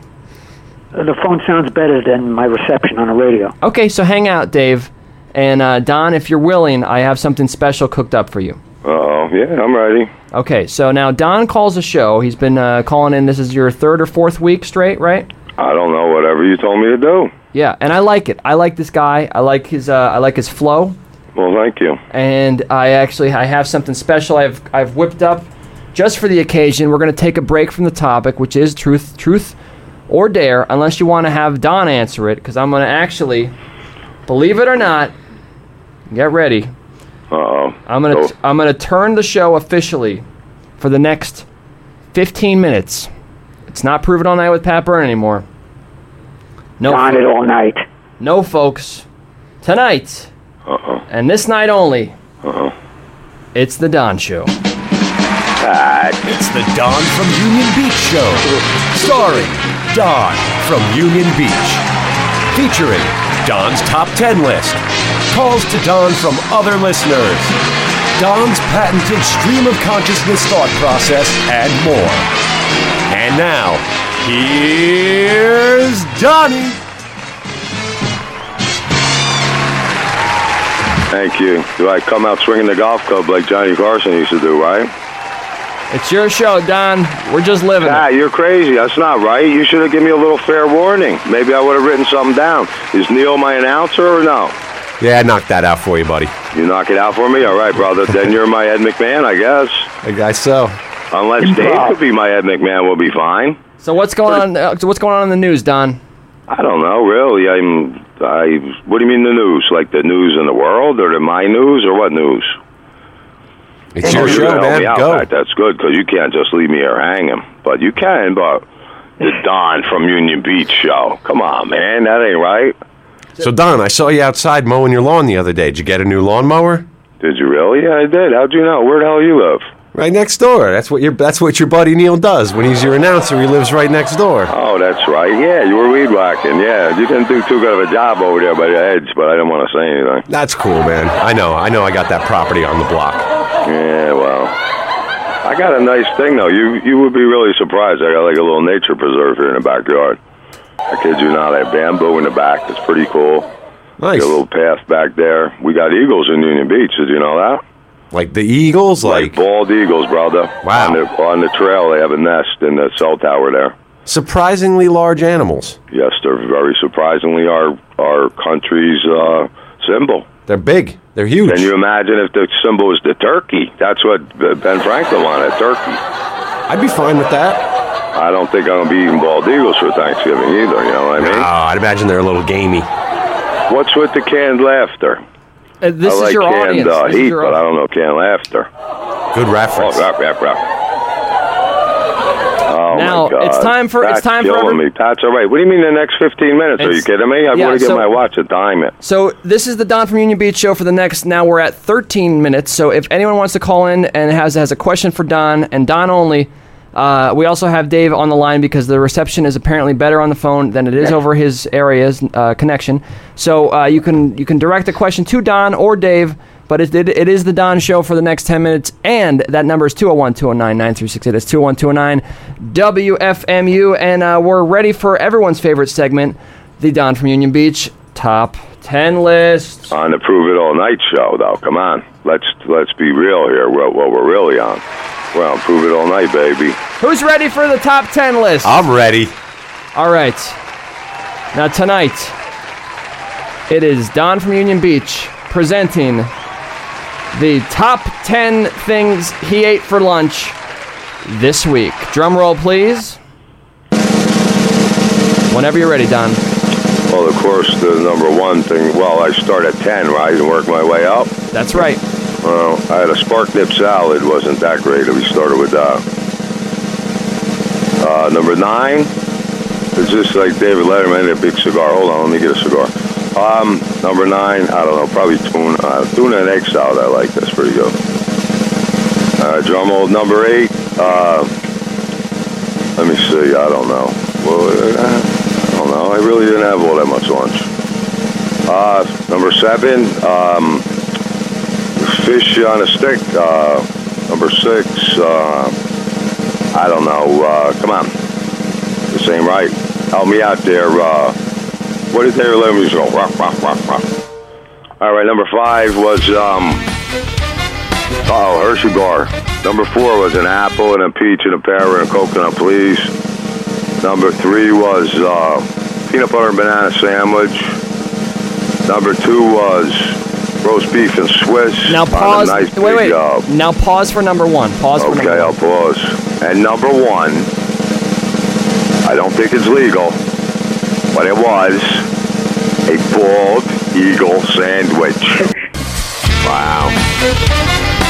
The phone sounds better than my reception on the radio.
Okay, so hang out, Dave. And uh, Don, if you're willing, I have something special cooked up for you.
Oh, yeah, I'm ready.
Okay, so now Don calls a show. He's been uh, calling in. This is your third or fourth week straight, right?
I don't know. Whatever you told me to do.
Yeah, and I like it. I like this guy. I like his. Uh, I like his flow.
Well, thank you.
And I actually I have something special. I've I've whipped up just for the occasion. We're gonna take a break from the topic, which is truth, truth, or dare. Unless you want to have Don answer it, because I'm gonna actually, believe it or not, get ready.
Uh-oh.
I'm gonna t- I'm gonna turn the show officially for the next 15 minutes. It's not Prove It All Night with Pat Byrne anymore. No,
On it all night.
No, folks. Tonight,
Uh-oh.
and this night only,
Uh-oh.
it's the Don Show.
It's the Don from Union Beach Show, starring Don from Union Beach, featuring Don's top 10 list, calls to Don from other listeners, Don's patented stream of consciousness thought process, and more. And now, here's Donnie.
Thank you. Do I come out swinging the golf club like Johnny Carson used to do, right?
It's your show, Don. We're just living.
Ah, you're crazy. That's not right. You should have given me a little fair warning. Maybe I would have written something down. Is Neil my announcer or no?
Yeah, I knocked that out for you, buddy.
You knock it out for me? All right, brother. Then you're my Ed McMahon, I guess.
I guess so.
Unless Dave could be my Ed McMahon, we'll be fine.
So what's going on? uh, so what's going on in the news, Don?
I don't know, really. I'm. I. What do you mean the news? Like the news in the world, or the my news, or what news?
It's
your
show, man. Go.
that's good because you can't just leave me here hanging. But you can, but the Don from Union Beach show. Come on, man, that ain't right.
So, Don, I saw you outside mowing your lawn the other day. Did you get a new lawnmower?
Did you really? Yeah, I did. How'd you know? Where the hell you live?
Right next door. That's what your that's what your buddy Neil does when he's your announcer. He lives right next door.
Oh, that's right. Yeah, you were weed whacking. Yeah, you didn't do too good of a job over there by the edge, but I didn't want to say anything.
That's cool, man. I know. I know. I got that property on the block.
Yeah, well, I got a nice thing though. You you would be really surprised. I got like a little nature preserve here in the backyard. I kid you not. I have bamboo in the back. It's pretty cool.
Nice.
Got a little path back there. We got eagles in Union Beach. Did you know that?
Like the Eagles, like,
bald eagles, brother. Wow. On the, on the trail, they have a nest in the cell tower there.
surprisingly large animals.
Yes, they're very surprisingly our our country's uh, symbol.
They're big. They're huge.
Can you imagine if the symbol was the turkey? That's what uh, Ben Franklin wanted, a turkey.
I'd be fine with that.
I don't think I'm gonna be eating bald eagles for Thanksgiving either. You know what I mean?
Oh, I'd imagine they're a little gamey.
What's with the canned laughter?
Uh, this
I
is
like
your
canned
audience.
Uh,
This is
heat,
your
but I don't know canned laughter.
Good reference.
Oh, rap, rap, rap. Oh
Now,
my God.
it's time for- it's
Pat's
time for
killing
every-
me. Pat's all right. What do you mean the next fifteen minutes? Are you
It's-
kidding me? I'm
yeah,
going to
so-
give my watch a dime. It.
So this is the Don from Union Beach show for the next. Now we're at 13 minutes. So if anyone wants to call in and has has a question for Don and Don only, uh, we also have Dave on the line because the reception is apparently better on the phone than it is over his area's uh, connection. So uh, you can you can direct the question to Don or Dave. But it, it, it is the Don Show for the next 10 minutes, and that number is 201 209 9368. That's 201 209 WFMU, and uh, we're ready for everyone's favorite segment, the Don from Union Beach Top 10 list.
on the Prove It All Night show, though. Come on, let's let's be real here. What, what we're really on? We're on Prove It All Night, baby.
Who's ready for the top 10 list?
I'm ready.
All right. Now, tonight, it is Don from Union Beach presenting the top 10 things he ate for lunch this week. Drum roll, please. Whenever you're ready, Don.
Well, of course, the number one thing. Well, I start at ten, right, and work my way up.
That's right.
Well, I had a spark nip salad. wasn't that great. We started with that. Uh, number nine. It's just like David Letterman had a big cigar. Hold on, let me get a cigar. Um, number nine. I don't know. Probably tuna. Uh, tuna and egg salad. I like. That's pretty good. Uh, drum roll. Number eight. Uh, let me see. I don't know. Well, uh, I don't know. I really didn't have all that much lunch. Uh, number seven. Um, fish on a stick. Uh, number six. Uh, I don't know. Uh, come on. This ain't right. Help me out there. Uh, what did Taylor Lynn musical? Rock, rock, rock, rock. All right. Number five was um. Oh, Hershey bar. Number four was an apple and a peach and a pear and a coconut, please. Number three was uh, peanut butter and banana sandwich. Number two was roast beef and Swiss.
Now
on a
pause.
nice
wait, wait.
big, uh,
now pause for number one. Pause for
okay,
number
I'll pause. And number one, I don't think it's legal, but it was a bald eagle sandwich. wow.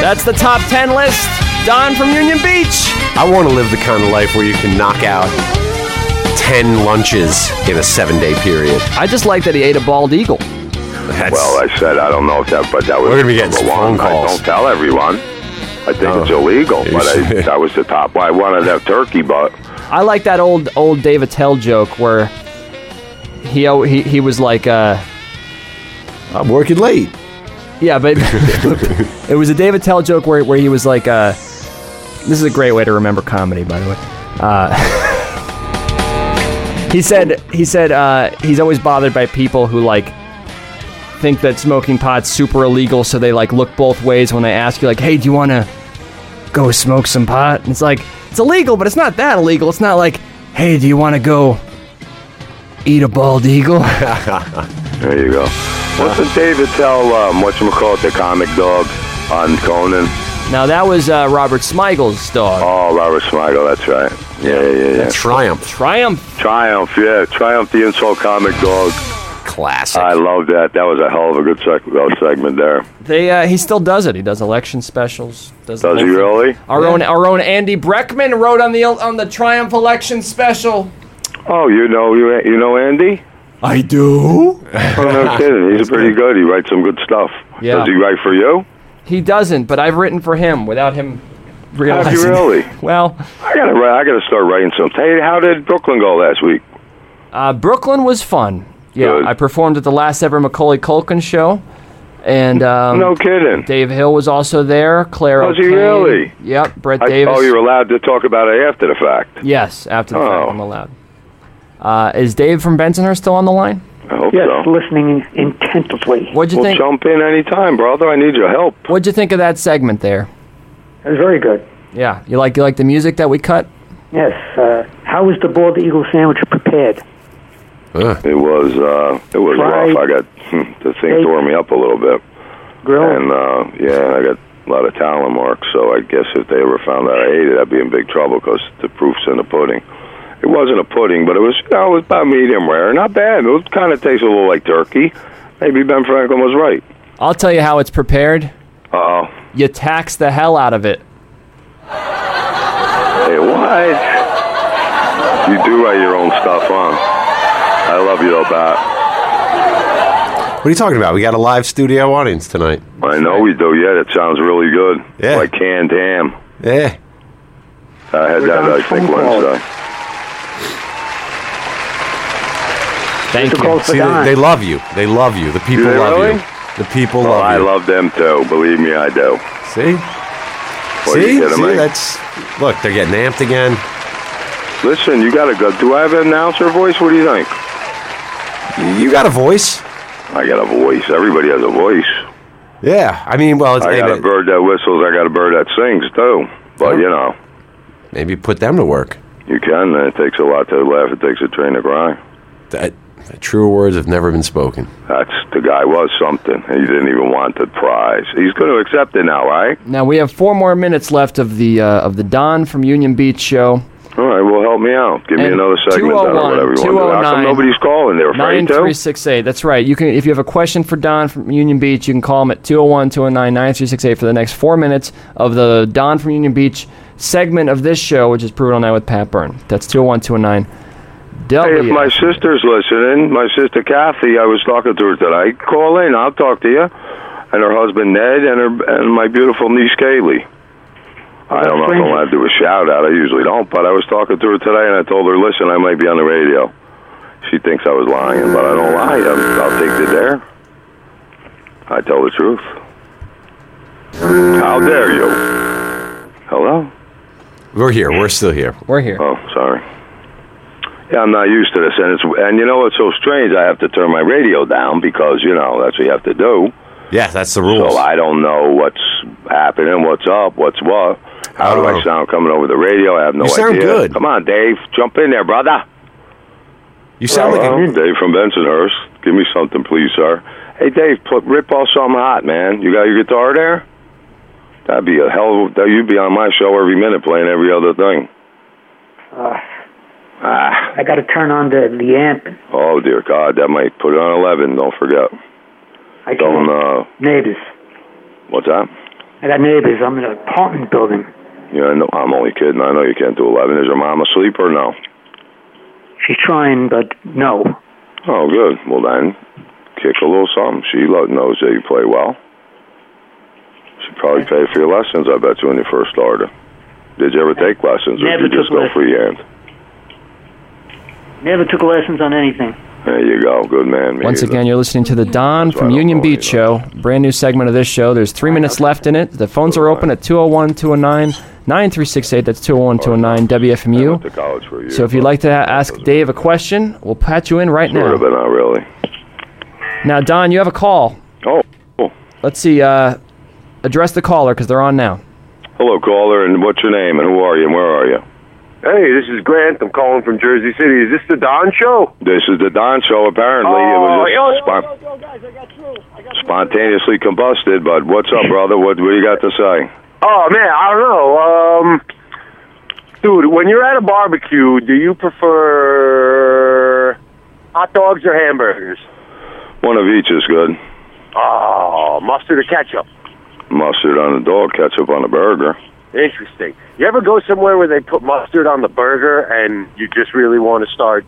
That's the top 10 list. Don from Union Beach.
I want to live the kind of life where you can knock out 10 lunches in a seven day period.
I just like that he ate a bald eagle.
well, I said I don't know if that, but that was we're gonna be getting phone calls. Oh. I don't tell everyone. I think it's illegal, but I, that was the top. I wanted that turkey, but
I like that old old Dave Attell joke where he al- he, he was like, uh,
"I'm working late."
Yeah, but it was a Dave Attell joke where where he was like, uh, "This is a great way to remember comedy, by the way." Uh, he said he said uh, he's always bothered by people who like think that smoking pot's super illegal, so they like look both ways when they ask you, like, "Hey, do you want to go smoke some pot?" And it's like it's illegal, but it's not that illegal. It's not like, "Hey, do you want to go eat a bald eagle?"
there you go.
Uh.
Wasn't David tell um, what you call it, the comic dog on Conan?
now that was uh, Robert Smigel's dog.
Oh, Robert Smigel, that's right. Yeah, yeah, yeah. yeah.
Triumph.
Triumph.
Triumph, yeah. Triumph, the insult comic dog.
Classic.
I love that. That was a hell of a good seg- uh, segment there.
They uh, he still does it. He does election specials. Does, the
Does he
whole thing.
really?
Our own our own Andy Breckman wrote on the el- on the Triumph election special.
Oh, you know you you know Andy?
I do.
Oh, no kidding. He's pretty good. He writes some good stuff.
Yeah.
Does he write for you?
He doesn't, but I've written for him without him realizing.
Have you really?
well,
I gotta write, I gotta start writing some. Hey, how did Brooklyn go last week?
uh, Brooklyn was fun. Yeah, I performed at the last ever Macaulay Culkin show, and um,
No kidding.
Dave Hill was also there. Claire.
Was he
O'Kane.
really?
Yep. Brett
I,
Davis.
Oh, you're allowed to talk about it after the fact.
Yes, after the
Oh.
fact, I'm allowed. Uh, is Dave from Bensonhurst still on the line?
I hope hope
yes,
so.
listening intently.
What'd you
well,
think?
jump in anytime, brother. I need your help.
What'd you think of that segment there?
It was very good.
Yeah, you like you like the music that we cut?
Yes. Uh, how was the boiled eagle sandwich prepared?
It was uh, it was rough. I got hmm, the thing tore me up a little bit.
Grilled.
And uh, yeah, I got a lot of talon marks. So I guess if they ever found out I ate it, I'd be in big trouble because the proof's in the pudding. It wasn't a pudding, but it was you know, it was about medium rare. Not bad. It kind of tastes a little like turkey. Maybe Ben Franklin was right.
I'll tell you how it's prepared.
Uh oh.
You tax the hell out of it.
Hey, what? You do write your own stuff, huh? I love you, though, Pat.
What are you talking about? We got a live studio audience tonight.
I know we do. Yeah, that sounds really good. Yeah. Like canned ham.
Yeah.
I had that, I think, Wednesday.
Thank
you.
See, they, they love you. They love you. The people
they
love
really?
you. The people
Oh,
love
I
you.
love them too. Believe me, I do.
See?
What,
see,
you kidding
see,
me?
that's look. They're getting amped again.
Listen, you got to go. Do I have an announcer voice? What do you think?
You got a voice.
I got a voice. Everybody has a voice.
Yeah, I mean, well, Oh, it's,
I got a bird that whistles. I got a bird that sings too. But you know,
Oh. maybe put them to work.
you can. and It takes a lot to laugh. It takes a train to cry.
That, truer words have never been spoken.
That's the guy was something. He didn't even want the prize. He's going to accept it now, right?
Now we have four more minutes left of the uh, of the Don from Union Beach show.
All right, well, help me out. Give me
And
another segment then, or
201,
whatever you want to do. How come
209,
nobody's calling? They're afraid
Nine three
to?
six eight. That's right. You can if you have a question for Don from Union Beach, you can call him at 201-209-9368 for the next four minutes of the Don from Union Beach segment of this show, which is Prove It All Night with Pat Byrne. That's 201-209.
Hey, if
W.
my sister's listening, my sister Kathy, I was talking to her tonight. Call in. I'll talk to you. And her husband Ned and her and my beautiful niece Kaylee. I don't know if I'm allowed to do a shout out. I usually don't, but I was talking to her today and I told her, listen, I might be on the radio. She thinks I was lying, but I don't lie. I'll, I'll take the dare. I tell the truth. How dare you? Hello?
We're here. We're still here.
We're here.
Oh, sorry. Yeah, I'm not used to this, and it's and you know what's so strange? I have to turn my radio down because you know that's what you have to do.
Yeah, that's the rules.
So I don't know what's happening, what's up, what's what. How do I sound coming over the radio? I have no
Oh. You sound
idea.
good.
Come on, Dave, jump in there, brother.
You sound
Hello, like a Dave from Bensonhurst. Give me something, please, sir. Hey, Dave, put, rip off something hot, man. You got your guitar there? That'd be a hell of a. You'd be on my show every minute playing every other thing.
Uh,
Ah.
I got to turn on the the amp.
Oh dear God, that might put it on eleven. Don't forget.
I
don't. Uh,
Neighbors.
what's that?
I got neighbors. I'm in an apartment building.
Yeah, no, I'm only kidding. I know you can't do eleven. Is your mom asleep or no?
She's trying, but no.
Oh, good. Well then, kick a little something. She lo- knows that you play well. She probably paid for your lessons. I bet you when you first started. Did you ever take lessons,
Never
or did you just
took
go
lessons.
freehand?
Never took lessons on anything.
There you go. Good man. Me
Once
either.
again, you're listening to the Don from Union Beach Show. Brand new segment of this show. There's three minutes left in it. The phones are open at 201 209 9368. That's 201 209 WFMU. So if you'd like to ha- ask Dave a question, we'll pat you in right
Sort of,
now.
but not really.
Now, Don, you have a call.
Oh, cool.
Let's see. Uh, address the caller because they're on now.
Hello, caller, and what's your name, and who are you, and where are you?
Hey, this is Grant. I'm calling from Jersey City. Is this the Don Show?
This is the Don Show. Apparently, it
Oh,
was just
yo, yo,
spon- spontaneously combusted. But what's up, brother? What what you got to say?
Oh man, I don't know. Um, dude, when you're at a barbecue, do you prefer hot dogs or hamburgers?
One of each is good.
Oh, mustard or ketchup.
Mustard on a dog, ketchup on a burger.
Interesting. You ever go somewhere where they put mustard on the burger and you just really want to start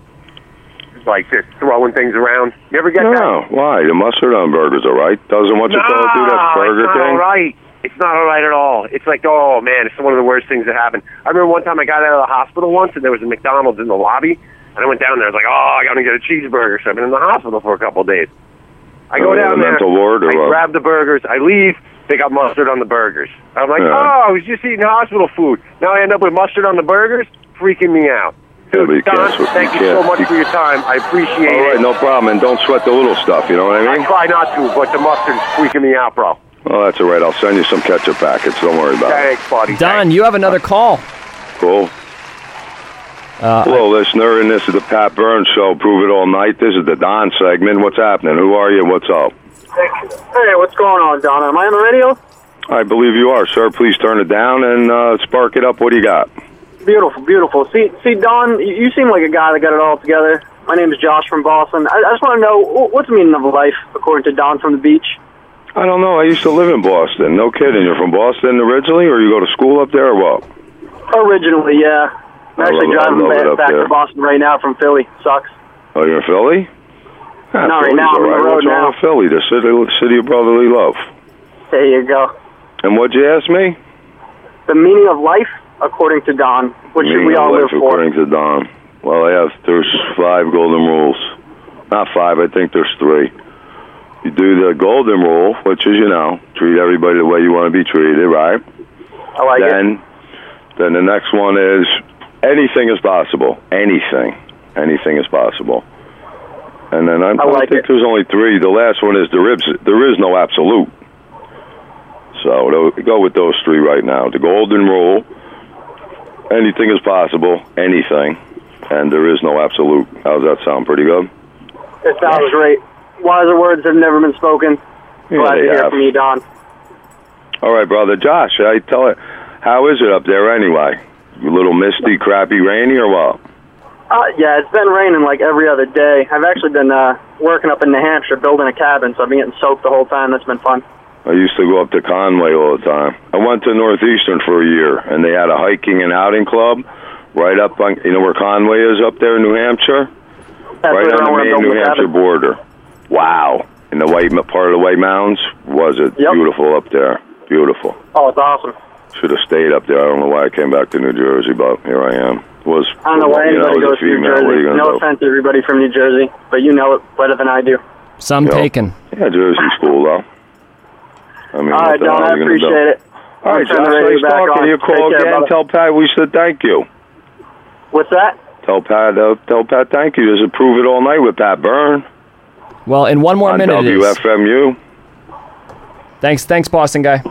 like just throwing things around? You ever get that?
No, why? The mustard on burgers, all right. Doesn't what you call it do that
No,
Burger
it's not
King?
all right. It's not all right at all. It's like, oh man, it's one of the worst things that happened. I remember one time I got out of the hospital once, and there was a McDonald's in the lobby, and I went down there. I was like, oh, I gotta get a cheeseburger. So I've been in the hospital for a couple of days. I go
Uh,
down there.
mental ward or
I
what?
grab the burgers. I leave. They got mustard on the burgers. I'm like,
Yeah.
oh, I was just eating hospital food. Now I end up with mustard on the burgers, freaking me out.
It'll be canceled.
Thank you
can't-
so much for your time. I appreciate
All
it.
right, no problem. And don't sweat the little stuff. You know what I
I
mean?
try not to, but the mustard's freaking me out, bro.
Well, that's all right. I'll send you some ketchup packets. Don't worry about it.
Thanks, buddy.
Don, you have another call.
Cool. Hello, listener, and this is the Pat Burns Show. Prove it all night. This is the Don segment. What's happening? Who are you? What's up?
Hey, what's going on, Donna? Am I on the radio?
I believe you are, sir. Please turn it down and uh, spark it up. What do you got?
Beautiful, beautiful. See, see, Don, you- you seem like a guy that got it all together. My name is Josh from Boston. I, I just want to know wh- what's the meaning of life according to Don from the beach.
I don't know. I used to live in Boston. No kidding. You're from Boston originally, or you go to school up there, or what?
Originally, yeah. I'm
I
actually
love- I
driving
love it
back,
up
back
there.
to Boston right now from Philly. Sucks.
Oh, you're in Philly? Ah,
Not right
Philly's
now.
all
I'm on
right.
the road
What's wrong
now.
with Philly? The city, city of brotherly love.
There you go.
And what'd you ask me?
The meaning of life according to Don. What should
Meaning
we
of
all
life
live for?
according to Don. Well, I have there's five golden rules. Not five. I think there's three. You do the golden rule, which is you know treat everybody the way you want to be treated, right?
I like it.
then, then the next one is anything is possible. Anything, anything is possible. And then I'm, I, think there's only three. The last one is there is there is no absolute. So tho- go with those three right now. The golden rule: anything is possible, anything, and there is no absolute. How's that sound? Pretty good.
It sounds great. Wiser words have never been spoken. Glad to
they
hear
have.
from you, Don.
All right, brother Josh. I tell it. How is it up there anyway? A little misty, crappy, rainy, or what?
Uh, yeah, it's been raining like every other day. I've actually been uh, working up in New Hampshire building a cabin, so I've been getting soaked the whole time. That's been fun.
I used to go up to Conway all the time. I went to Northeastern for a year, and they had a hiking and outing club right up on, you know where Conway is up there in New Hampshire? right
where
on
I
the
wanna
Maine
build
New
my
Hampshire
cabin.
border. Wow. In the white part of the White Mountains, was it beautiful up there? Beautiful.
Oh, it's awesome.
Should have stayed up there. I don't know why I came back to New Jersey, but here I am. Was
I don't know why
you know,
anybody
as a
goes to New
female, what are
Jersey.
you gonna
No
do?
offense to everybody from New Jersey, but you know it better than I do.
Some taken.
Yeah, Jersey's cool though. I mean,
All
what
right,
the hell
Don,
are
I
you gonna do?
appreciate it.
All right,
I'll turn
Josh,
the radio
nice
back
talking
on.
to you.
Take
Call
care,
again.
brother.
Tell Pat we said thank you.
What's that?
Tell Pat, uh, tell Pat, thank you. Just approve it all night with Pat Byrne
Well, in one more
on
minute. it is.
WFMU.
Thanks, thanks, Boston guy.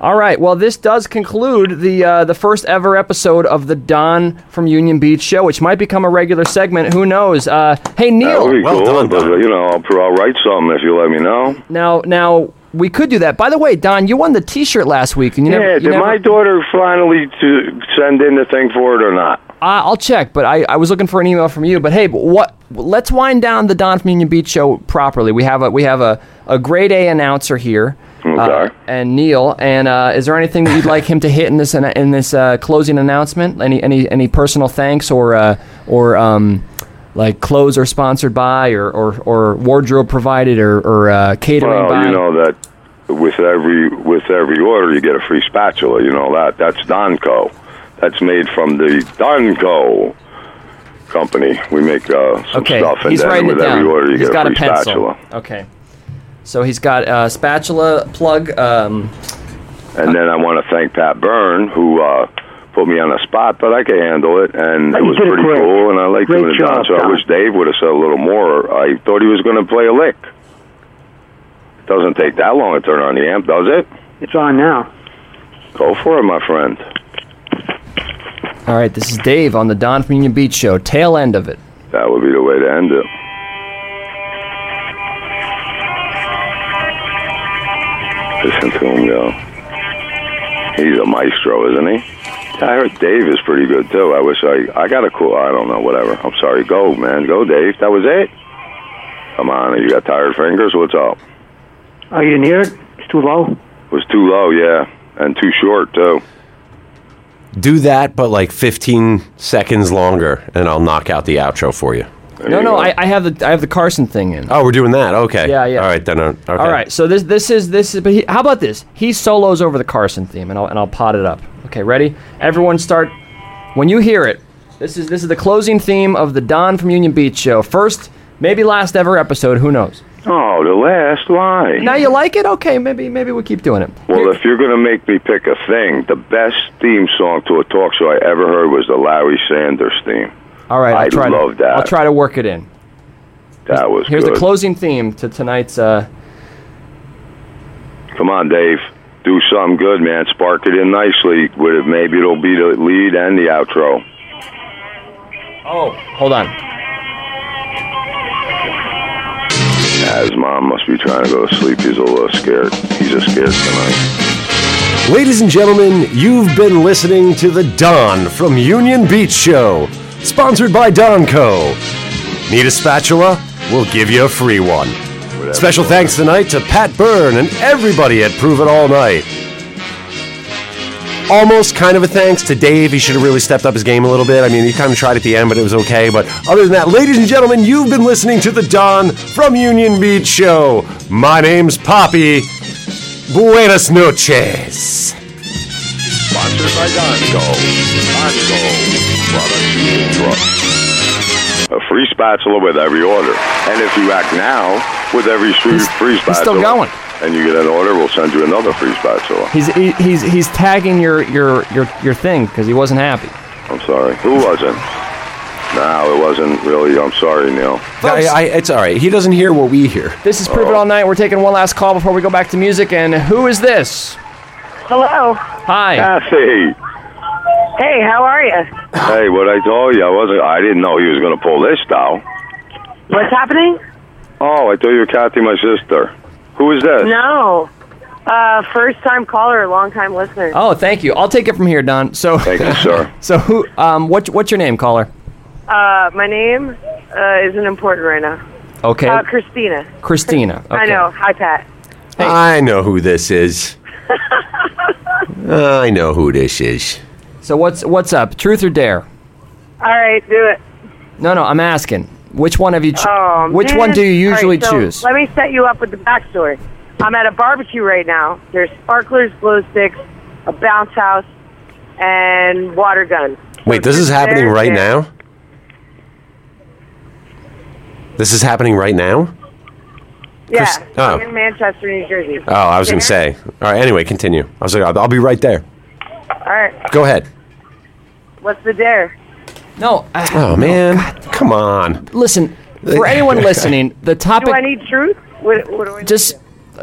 All right. Well, this does conclude the uh, the first ever episode of the Don from Union Beach show, which might become a regular segment. Who knows? Uh, hey,
That
Neil.
would be cool. but, uh, you know, I'll, pr- I'll write something if you let me know.
Now, now we could do that. By the way, Don, you won the T-shirt last week, and you
yeah,
never.
did
you never
my daughter finally to send in the thing for it or not?
I, I'll check, but I, I was looking for an email from you. But hey, what? Let's wind down the Don from Union Beach show properly. We have a we have a, a grade A announcer here, uh, and Neil. And uh, is there anything that you'd like him to hit in this in this uh, closing announcement? Any any any personal thanks or uh, or um, like clothes are sponsored by or or, or wardrobe provided or, or uh, catering
well,
by?
you know that with every with every order you get a free spatula. You know that that's Donco. That's made from the Donco company. We make uh, some
okay,
stuff, and
he's
then
writing
with
it down.
every order you
He's
get
got
a free
pencil.
spatula.
Okay, so he's got a spatula plug. Um,
And then I want to thank Pat Byrne, who uh, put me on the spot, but I could handle it, and it was
did it
pretty
great.
cool, and I like
Great
doing it down,
job,
so I
Don.
wish Dave would have said a little more. I thought he was going to play a lick. It doesn't take that long to turn on the amp, does it?
It's on now.
Go for it, my friend.
All right, this is Dave on the Don from Union Beach show, tail end of it.
That would be the way to end it. Listen to him go. He's a maestro, isn't he? I heard Dave is pretty good too. I wish I I got a cool. I don't know, whatever. I'm sorry. Go, man. Go, Dave. That was it. Come on, you got tired fingers. What's up?
Oh, you didn't hear it? It's too low.
It was too low, yeah, and too short too.
Do that, but like 15 seconds longer, and I'll knock out the outro for you.
No, no, I, I have the I have the Carson thing in.
Oh, we're doing that. Okay.
Yeah, yeah.
All right, then. uh, Okay.
All right, so this this is this is. But he, how about this? He solos over the Carson theme, and I'll and I'll pot it up. Okay, ready? Everyone, start. When you hear it, this is this is the closing theme of the Don from Union Beach show. First, maybe last ever episode. Who knows?
Oh, the last line.
Now you like it? Okay, maybe maybe we'll keep doing it.
Well, if you're going to make me pick a thing, the best theme song to a talk show I ever heard was the Larry Sanders theme.
All right,
I
I'll try
love
to,
that.
I'll try to work it in.
That was
Here's
good.
the closing theme to tonight's. Uh,
Come on, Dave. Do something good, man. Spark it in nicely with it. Maybe it'll be the lead and the outro.
oh, hold on.
His mom must be trying to go to sleep. He's a little scared. He's a scared tonight.
Ladies and gentlemen, you've been listening to the Don from Union Beach Show, sponsored by Donco. Need a spatula? We'll give you a free one. Special thanks tonight to Pat Byrne and everybody at Prove It All Night. Almost kind of a thanks to Dave. He should have really stepped up his game a little bit. I mean, he kind of tried at the end, but it was okay. But other than that, ladies and gentlemen, you've been listening to the Don from Union Beach Show. My name's Poppy. Buenas noches.
Sponsored by Donco. Donco. Products you can trust. A free spatula with every order. And if you act now, with every free, free spatula.
still going.
And you get an order, we'll send you another free spatula.
He's he, he's he's tagging your your your your thing because he wasn't happy.
I'm sorry. Who wasn't? No, it wasn't really. I'm sorry, Neil.
I, I, it's all right. He doesn't hear what we hear.
This is Prove
Oh.
It All Night. We're taking one last call before we go back to music. And who is this?
Hello.
Hi.
Kathy.
Hey, how are you?
Hey, what I told you, I wasn't. I didn't know he was going to pull this down.
What's happening?
Oh, I thought you were Kathy, my sister. Who is this?
No. Uh, first time caller, long time listener.
Oh, thank you. I'll take it from here, Don. So thank
you, sir.
So who? Um, what what's your name, caller?
Uh, my name uh, isn't important right now.
Okay,
Uh, Christina.
Christina.
I know. Hi, Pat.
I know who this is. I know who this is.
So what's what's up? Truth or dare?
All right, do it.
No, no. I'm asking. Which one have you? Cho-
Oh,
which
man.
one do you
All right,
usually
so
choose?
Let me set you up with the backstory. I'm at a barbecue right now. There's sparklers, glow sticks, a bounce house, and water guns.
Wait, this is happening
There's
right
it.
now? This is happening right now?
Yeah,
Chris- oh.
in Manchester, New Jersey.
Oh, I was going to
There.
say. All right, anyway, continue. I was like, I'll, I'll be right there.
All right,
Go ahead.
what's the dare?
No.
Oh, man. Come on.
Listen, for anyone listening, the topic.
Do I need truth? What, what do I
just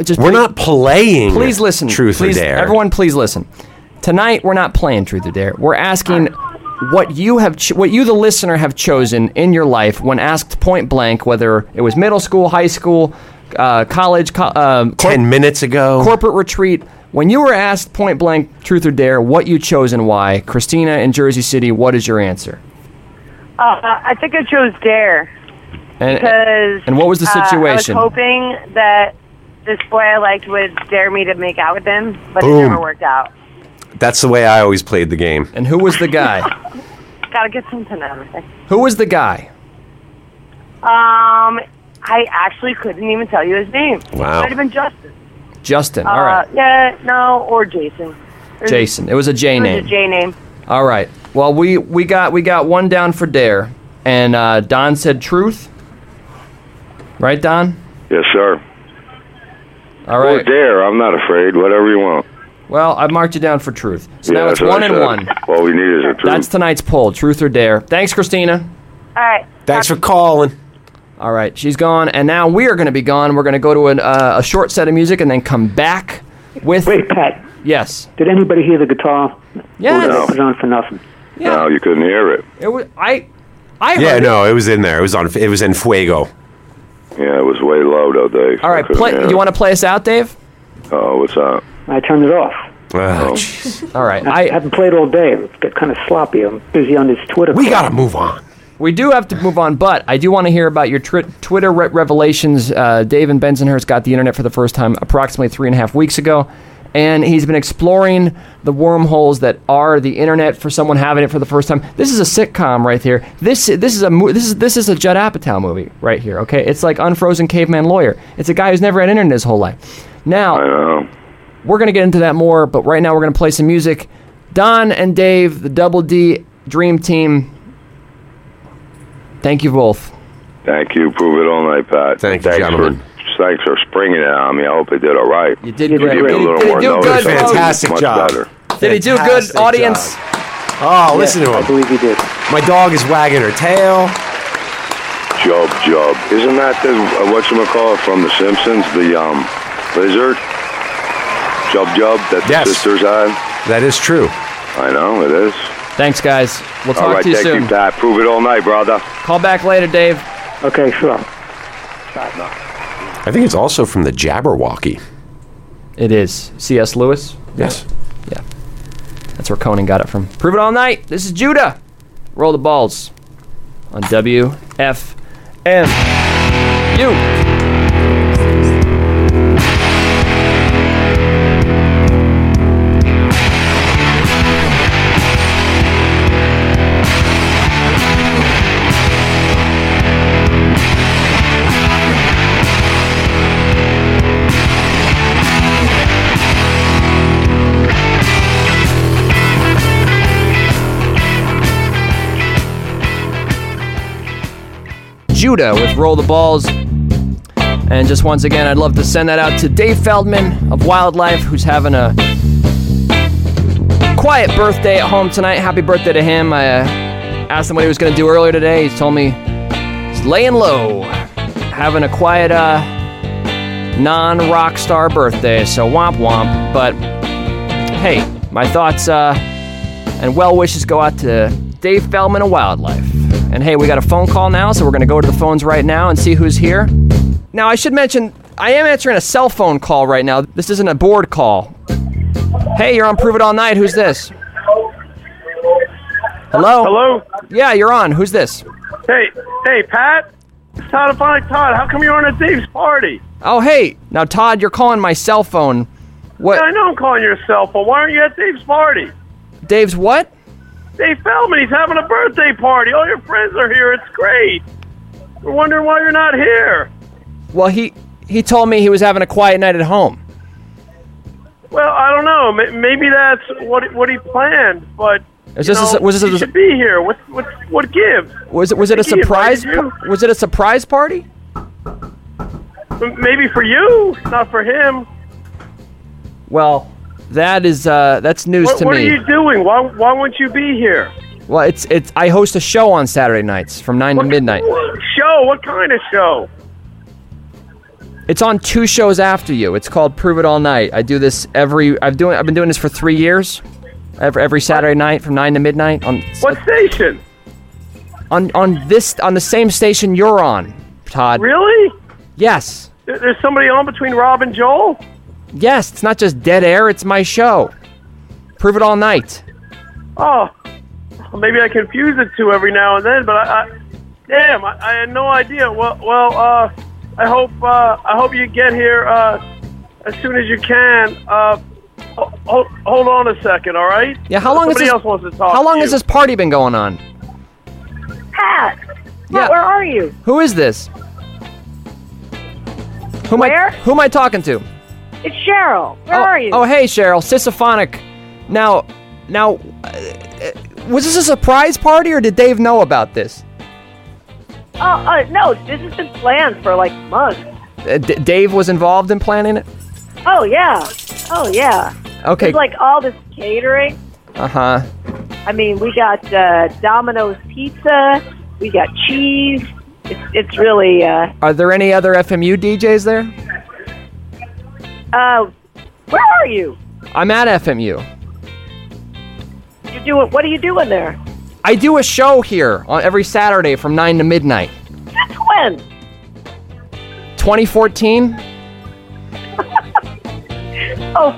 just
We're not playing
Please listen.
Truth or
please,
Dare.
Everyone, please listen. Tonight, we're not playing Truth or Dare. We're asking what you have, ch- what you, the listener, have chosen in your life when asked point blank, whether it was middle school, high school, uh, college, co- um,
ten minutes ago,
corporate retreat. When you were asked point blank, Truth or Dare, what you chose and why. Christina in Jersey City, what is your answer?
Uh, I think I chose dare
And
because.
and what was the
uh,
situation?
I was hoping that this boy I liked would dare me to make out with him, but it
Boom.
never worked out.
That's the way I always played the game.
And who was the guy?
Gotta get something out of it.
who was the guy?
Um, I actually couldn't even tell you his name.
Wow.
Might have been Justin.
Justin. All right,
Uh, yeah, no, or Jason. There's-
Jason. It was a J
It was
name.
a J name.
All right. Well, we we got we got one down for dare, and uh, Don said truth. Right, Don.
Yes, sir.
All
right. Or dare. I'm not afraid. Whatever you want.
Well, I marked you down for truth. So
Yeah,
now it's
that's what
one
I
and
said.
one.
All we need is a truth.
That's tonight's poll: truth or dare. Thanks, Christina.
All right.
Thanks for calling.
All right, she's gone, and now we are going to be gone. We're going to go to an, uh, a short set of music and then come back with. Wait,
Pat.
Yes.
Did anybody hear the guitar?
Yes.
It was on for nothing.
No, you couldn't hear it.
It was I. I heard
yeah,
it.
no, it was in there. It was on. It was in Fuego.
Yeah, it was way low though, Dave.
All right, play, you want to play us out, Dave?
to? Oh, what's Um, up?
I turned it off.
Ah,
All right.
I, haven't played all day. It got kind of sloppy. I'm busy on this Twitter. We
got to move on.
We do have to move on, but I do want to hear about your tri- Twitter re- revelations. Uh, Dave and Bensonhurst got the internet for the first time approximately three and a half weeks ago, and he's been exploring the wormholes that are the internet for someone having it for the first time. This is a sitcom right here. This this is a mo- this is this is a Judd Apatow movie right here. Okay, it's like Unfrozen Caveman Lawyer. It's a guy who's never had internet his whole life. Now, we're going to get into that more, but right now we're going to play some music. Don and Dave, the Double D Dream Team. Thank you both.
Thank you. Prove it all night, Pat. Thank you, gentlemen. snakes are springing it on me. I hope they did all right. You
did
Give me a little more notice. I was much Better.
Did he do good,
Fantastic
audience?
Oh, listen to him. I believe he did. My dog is wagging her tail.
Job, job. Isn't that the uh, whatchamacallit from The Simpsons? The um, lizard? Job, job. That the sisters had?
That is true.
I know, it is.
Thanks, guys. We'll talk
all right,
to you
thank
soon.
you, Pat. Prove it all night, brother.
Call back later, Dave.
Okay, sure.
I think it's also from the Jabberwocky.
It is. C.S. Lewis?
Yes.
Yeah. That's where Conan got it from. Prove it all night. This is Judah. Roll the balls on WFMU. Judah with Roll the Balls. And just once again, I'd love to send that out to Dave Feldman of Wildlife, who's having a quiet birthday at home tonight. Happy birthday to him. I uh, asked him what he was going to do earlier today. He's told me he's laying low, having a quiet, uh, non rock star birthday. So womp womp. But hey, my thoughts uh, and well wishes go out to Dave Feldman of Wildlife. And hey, we got a phone call now, so we're going to go to the phones right now and see who's here. Now, I should mention, I am answering a cell phone call right now. This isn't a board call. Hey, you're on Prove It All Night. Who's this? Hello? Hello? Yeah, you're on. Who's this?
Hey, hey, Pat. It's Todd and Bonnie Todd. How come you weren't at Dave's party?
Oh, hey. Now, Todd, you're calling my cell phone. What?
Yeah, I know I'm calling your cell phone. Why aren't you at Dave's party?
Dave's what?
Dave Feldman, he's having a birthday party. All your friends are here. It's great. We're wondering why you're not here.
Well, he he told me he was having a quiet night at home.
Well, I don't know. May- Maybe that's what what he planned, but
Is
you
this a-
know,
was this a-
he should be here. What what what gives?
Was it was it a
I think he
surprise?
invited
pa- Was it a surprise party?
you. Maybe for you, not for him.
Well, that is uh that's news
What,
to
what are
me.
you doing? Why why won't you be here?
Well, it's it's. I host a show on Saturday nights from nine to midnight.
Show? What kind of show?
It's on two shows after you. It's called Prove It All Night. I do this every. I've doing. I've been doing this for three years. Every, every Saturday night from nine to midnight on uh,
What station?
on on this on the same station you're on, Todd.
Really?
Yes.
There- There's somebody on between Rob and Joel.
Yes. It's not just dead air. It's my show. Prove It All Night.
Oh, maybe I confuse the two every now and then, but I, I damn, I, I had no idea. Well, well, uh, I hope uh, I hope you get here uh, as soon as you can. Uh, hold, hold on a second, all right?
Yeah. How long
Somebody
is this?
else wants to talk.
how long
to
has
you.
this party been going on?
Pat?
Yeah.
Where are you?
Who is this? Who Am I, who am I talking to?
It's Cheryl. Where
oh,
are you?
Oh, hey, Cheryl, Sisyphonic. Now, now, uh, was this a surprise party or did Dave know about this?
Oh, uh, no, this has been planned for like months.
Uh, D- Dave was involved in planning it.
Oh yeah. Oh yeah.
Okay.
There's like all this catering.
Uh huh.
I mean, we got uh, Domino's pizza. We got cheese. It's, it's really uh,
Are there any other FMU DJs there?
uh, where are you?
I'm at FMU.
You're doing what are you doing there?
I do a show here on every Saturday from nine to midnight.
Since when?
2014.
Oh,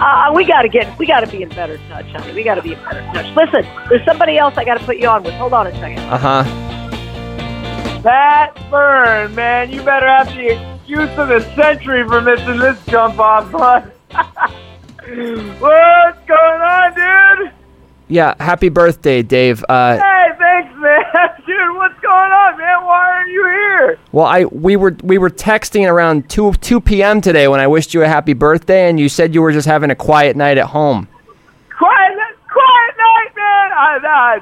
uh, we gotta get we gotta be in better touch, honey. We gotta be in better touch. Listen, there's somebody else I gotta put you on with. Hold on a second.
Uh huh.
Pat Byrne, man, you better have the excuse of the century for missing this jump on bus. What's going on, dude?
Yeah. Happy birthday, Dave. Uh,
Hey, thanks, man. Dude, what's going on, man? Why aren't you here?
Well, I we were we were texting around two two p.m. today when I wished you a happy birthday, and you said you were just having a quiet night at home.
Quiet, quiet night, man. I, I,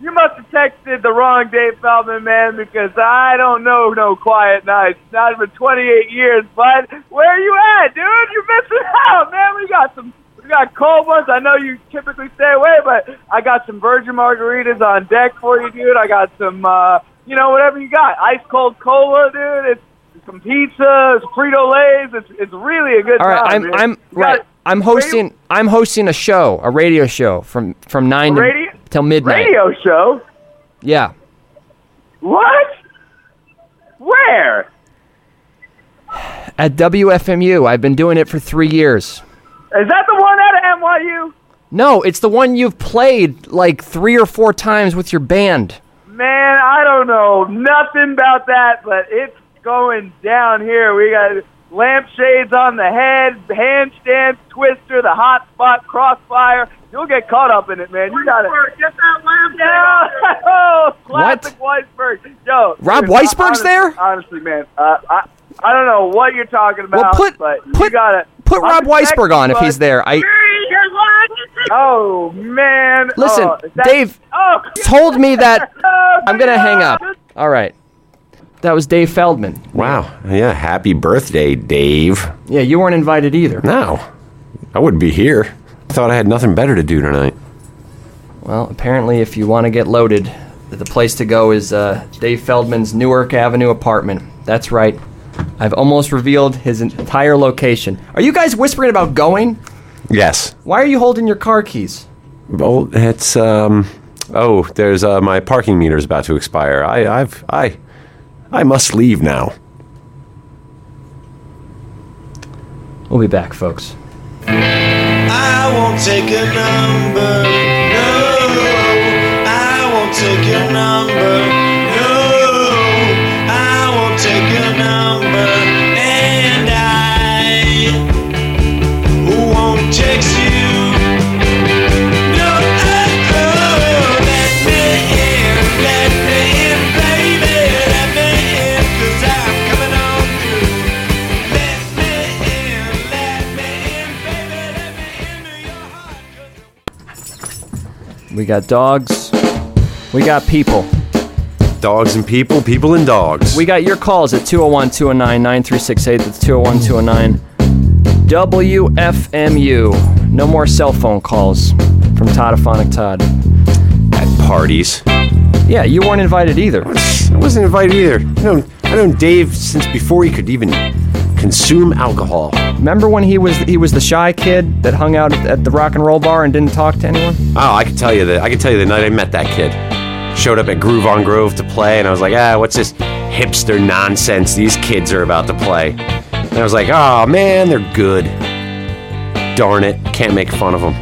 You must have texted the wrong Dave Feldman, man, because I don't know no quiet nights. Not for 28 years, bud. Where are you at, dude? You're missing out, man. We got some, we got cold ones. I know you typically stay away, but I got some virgin margaritas on deck for you, dude. I got some, uh, you know, whatever you got. Ice cold cola, dude. It's some pizza, it's Frito Lays. It's it's really a good
All right, I'm
time. man.
I'm
You gotta-
right. I'm hosting I'm hosting a show, a radio show from from nine to-
radio-
till midnight.
radio show.
Yeah.
What? Where?
At WFMU, I've been doing it for three years.
Is that the one out of NYU?
No, it's the one you've played like three or four times with your band.
Man, I don't know nothing about that, but it's going down here. We got lampshades on the head, handstand, twister, the hot spot, crossfire. You'll get caught up in it, man. You got it. Get that lampshade. Yo, classic Weisberg. Yo,
Rob
dude,
Weisberg's
honestly-
there?
Honestly, man, uh, I I don't know what you're talking about,
put-
but you got to
Put Rob Weisberg on if he's there. I
Oh man!
Listen,
Oh, that-
Dave
Oh,
told me that
Oh,
I'm gonna hang
God.
up. All right. That was Dave Feldman.
Wow. Yeah. Happy birthday, Dave.
Yeah, you weren't invited either.
No. I wouldn't be here. I thought I had nothing better to do tonight.
Well, apparently, if you want to get loaded, the place to go is uh, Dave Feldman's Newark Avenue apartment. That's right. I've almost revealed his entire location. Are you guys whispering about going?
Yes.
Why are you holding your car keys?
Well, it's um. Oh, there's uh, my parking meter's about to expire. I, I've, I, I must leave now.
We'll be back, folks.
I won't take a number. No, I won't take a number. No, I won't take a number. And I won't text you. No, I- oh, let me in, let me in, baby, let me in, 'cause I'm coming on through. Let me in, let me in, baby, let me
We got dogs. We got people.
Dogs and people, people and dogs.
We got your calls at 201 209 9368. That's 201 209 WFMU. No more cell phone calls from Toddophonic Todd.
At parties.
Yeah, you weren't invited either.
I wasn't invited either. I know, I know Dave since before he could even consume alcohol.
Remember when he was he was the shy kid that hung out at- at the rock and roll bar and didn't talk to anyone?
Oh, I could tell you that. I could tell you the night I met that kid. Showed up at Groove on Grove to play, and I was like, ah, what's this hipster nonsense these kids are about to play? And I was like, oh man, they're good. Darn it, can't make fun of them.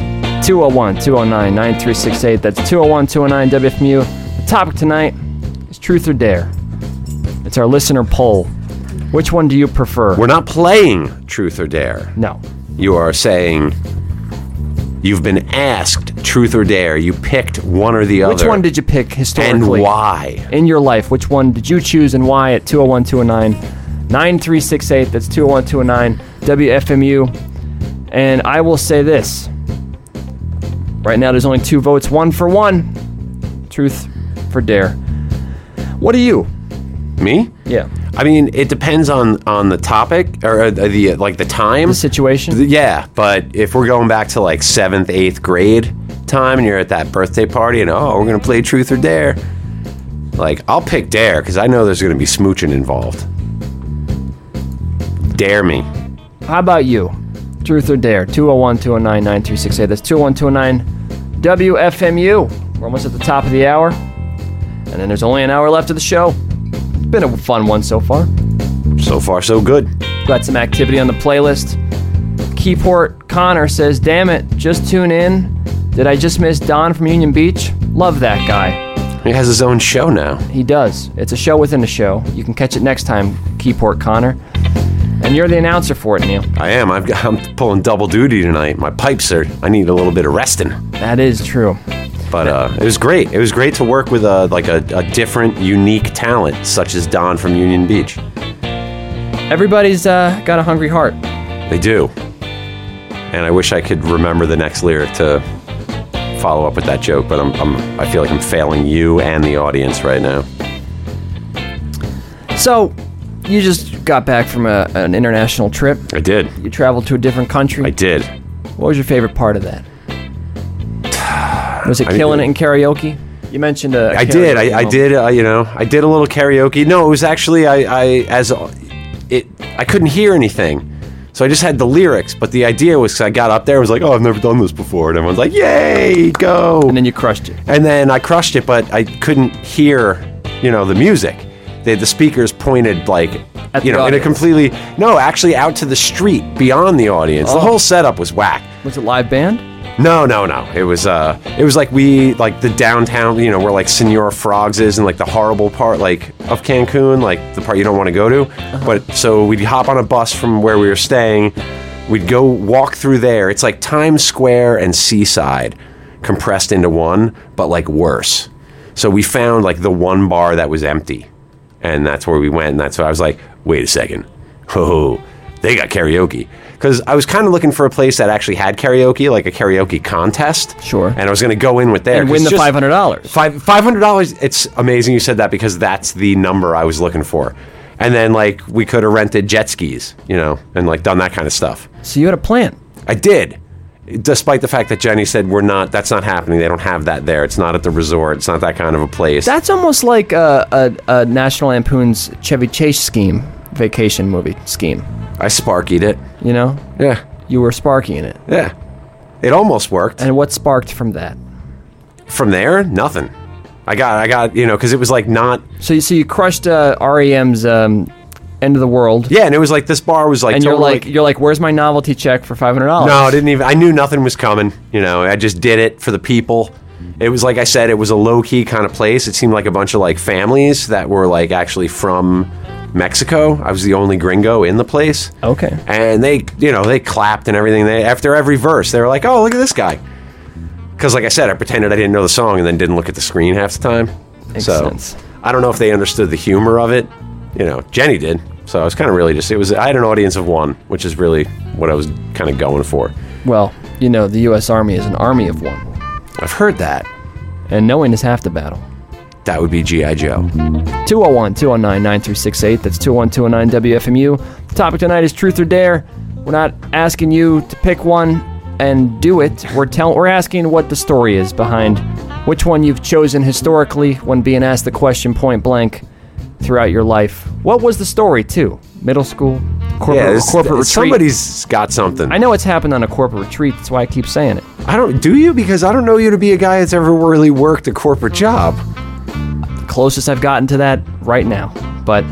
201 209 9368. That's 201 209 WFMU. The topic tonight is truth or dare. It's our listener poll. Which one do you prefer?
We're not playing Truth or Dare.
No.
You are saying you've been asked Truth or Dare. You picked one or the
Which
other.
one did you pick historically?
And why?
In your life, which one did you choose and why at 201 209 9368? That's 201 209 WFMU. And I will say this right now, there's only two votes one for one. Truth for dare. What do you?
Me?
Yeah.
I mean, it depends on on the topic or uh, the like the time, the
situation.
yeah, but if we're going back to like seventh, eighth grade time, and you're at that birthday party, and oh, we're gonna play Truth or Dare. Like, I'll pick Dare because I know there's gonna be smooching involved. Dare me.
How about you? Truth or dare? 201 209 9368. That's 201 209 WFMU. We're almost at the top of the hour. And then there's only an hour left of the show. It's been a fun one so far.
So far, so good.
Got some activity on the playlist. Keyport Connor says, Damn it, just tune in. Did I just miss Don from Union Beach? Love that guy.
He has his own show now.
He does. It's a show within a show. You can catch it next time, Keyport Connor. And you're the announcer for it, Neil.
I am. I've got, I'm pulling double duty tonight. My pipes are. I need a little bit of resting.
That is true.
But uh, it was great. It was great to work with a like a, a different, unique talent such as Don from Union Beach.
Everybody's uh, got a hungry heart.
They do. And I wish I could remember the next lyric to follow up with that joke, but I'm, I'm I feel like I'm failing you and the audience right now.
So, you just got back from a, an international trip.
I did.
You traveled to a different country. I
did.
What was your favorite part of that? Was it
I-
killing it in karaoke? You mentioned a. a
I did.
karaoke
I, I
moment.
did. Uh, you know, I did a little karaoke. No, it was actually I. I as it, I couldn't hear anything, so I just had the lyrics. But the idea was, 'cause I got up there, and was like, "Oh, I've never done this before," and everyone's like, "Yay, go!" And
then you crushed it.
And then I crushed it, but I couldn't hear, you know, the music. They had the speakers pointed like, you
the
know, in a
audience.
completely no, actually out to the street beyond the audience. The
Oh.
whole setup was whack.
Was it live band?
No, no, no. It was uh it was like we like the downtown, you know, where like Senor Frogs is and like the horrible part like of Cancun, like the part you don't want to go to. But so we'd hop on a bus from where we were staying, we'd go walk through there. It's like Times Square and Seaside compressed into one, but like worse. So we found like the one bar that was empty. And that's where we went. And that's why I was like, wait a second. Oh, they got karaoke. Because I was kind of looking for a place that actually had karaoke, like a karaoke contest. Sure. And I was going to go in with there.
And win
'cause
the
just-
$500.
Five, $500. It's amazing you said that because that's the number I was looking for. And then, like, we could have rented jet skis, you know, and like done that kind of stuff.
So you had a plan.
I did. Despite the fact that Jenny said, we're not, that's not happening. They don't have that there. It's not at the resort. It's not that kind of a place.
That's almost like a, a, a National Lampoon's Chevy Chase scheme, vacation movie scheme.
I sparkied it.
You know?
Yeah.
You were sparking it.
Yeah. It almost worked.
And what sparked from that?
From there, nothing. I got, I got, you know, because it was like not.
So you, so you crushed uh, REM's um, End of the World.
Yeah, and it was like this bar was like.
and you're
totally-
like, "Oh." you're like, where's my novelty check for five hundred dollars?
No, I didn't even. I knew nothing was coming. You know, I just did it for the people. It was like I said, it was a low key kind of place. It seemed like a bunch of like families that were like actually from Mexico. I was the only gringo in the place.
Okay.
And they, you know, they clapped and everything. They after every verse, they were like, "Oh, look at this guy." Because, like I said, I pretended I didn't know the song and then didn't look at the screen half the time.
Makes
so
sense.
I don't know if they understood the humor of it. You know, Jenny did. So I was kind of really just it was I had an audience of one, which is really what I was kind of going for.
Well, you know, the U.S. Army is an army of one.
I've heard that.
And knowing is half the battle.
That would be G.I. Joe.
201 209 9368. That's 201 209 WFMU. The topic tonight is truth or dare. We're not asking you to pick one and do it. We're tell- we're asking what the story is behind which one you've chosen historically when being asked the question point blank throughout your life. What was the story, too? Middle school, corporate,
yeah, this-
corporate retreat.
somebody's got something.
I know it's happened on a corporate retreat. That's why I keep saying it.
I don't. Do you? Because I don't know you to be a guy that's ever really worked a corporate job.
Closest I've gotten to that right now, but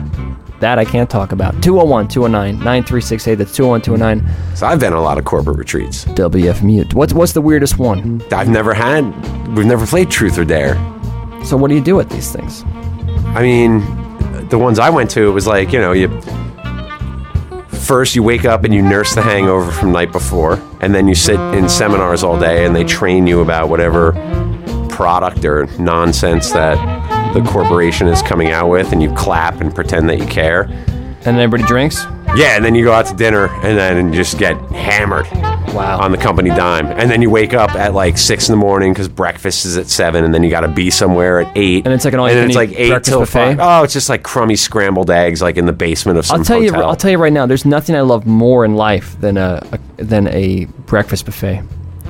that I can't talk about. 201 209 9368. That's 201 209.
So I've been on a lot of corporate retreats.
WF Mute. What's, what's the weirdest one?
I've never had. We've never played Truth or Dare.
So what do you do with these things?
I mean, the ones I went to, it was like you know you. First, you wake up and you nurse the hangover from night before, and then you sit in seminars all day, and they train you about whatever product or nonsense that the corporation is coming out with, and you clap and pretend that you care.
And everybody drinks.
Yeah, and then you go out to dinner, and then just get hammered.
Wow.
On the company dime, and then you wake up at like six in the morning because breakfast is at seven, and then you got to be somewhere at eight, and it's like
an
and then it's
all-you-can-eat
like eight
breakfast
till
buffet?
five. Oh, it's just like crummy scrambled eggs, like in the basement of some
I'll tell
hotel.
you. I'll tell you right now. There's nothing I love more in life than a, a than a breakfast buffet,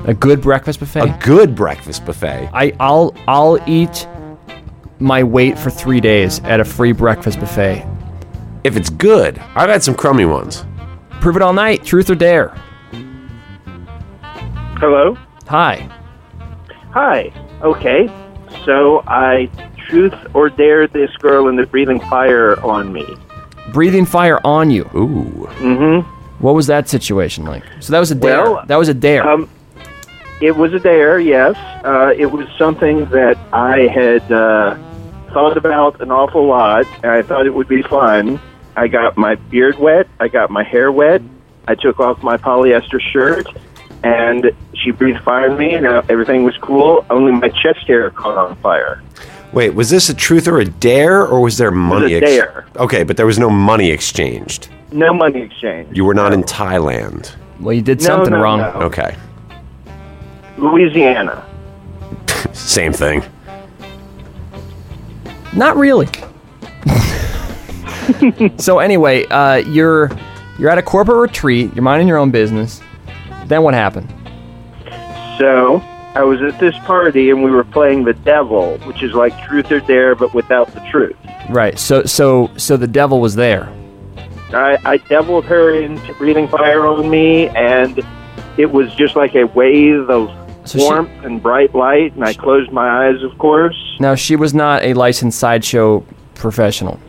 a good breakfast buffet. A
good breakfast buffet.
I I'll I'll eat my weight for three days at a free breakfast buffet.
If it's good, I've had some crummy ones.
Prove it all night. Truth or dare.
Hello.
Hi.
Hi. Okay. So I truth or dare this girl in the breathing fire on me.
Breathing fire on you.
Ooh.
Mm-hmm.
What was that situation like? So that was a dare.
Well,
that was a dare.
Um, it was a dare, yes. Uh, it was something that I had uh, thought about an awful lot, and I thought it would be fun. I got my beard wet, I got my hair wet, I took off my polyester shirt, and she breathed fire on me, and uh, everything was cool. Only my chest hair caught on fire.
Wait, was this a truth or a dare, or was there money?
a
ex-
dare.
Okay, but there was no money exchanged.
No money exchange.
You were not in Thailand.
Well, you did
No, something no, wrong. no.
Okay.
Louisiana.
Same thing.
Not really. so anyway, uh, you're you're at a corporate retreat. You're minding your own business. Then what happened?
So I was at this party and we were playing the devil, which is like truth or dare, but without the truth.
Right. So so so the devil was there.
I, I deviled her into breathing fire on me, and it was just like a wave of
So she-
warmth and bright light. And I closed my eyes, of course.
Now she was not a licensed sideshow professional.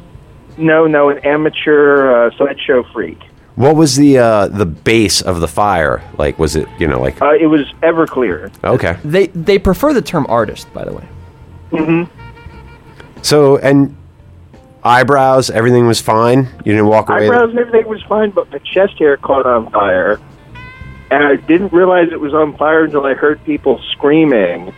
No, no, an amateur uh, sideshow freak.
What was the uh, the base of the fire? Like, was it you know like
Uh, it was Everclear.
okay?
They they prefer the term artist, by the way.
Mm-hmm.
So and eyebrows, everything was fine. You didn't walk away.
Eyebrows and everything was fine, but my chest hair caught on fire. And I didn't realize it was on fire until I heard people screaming.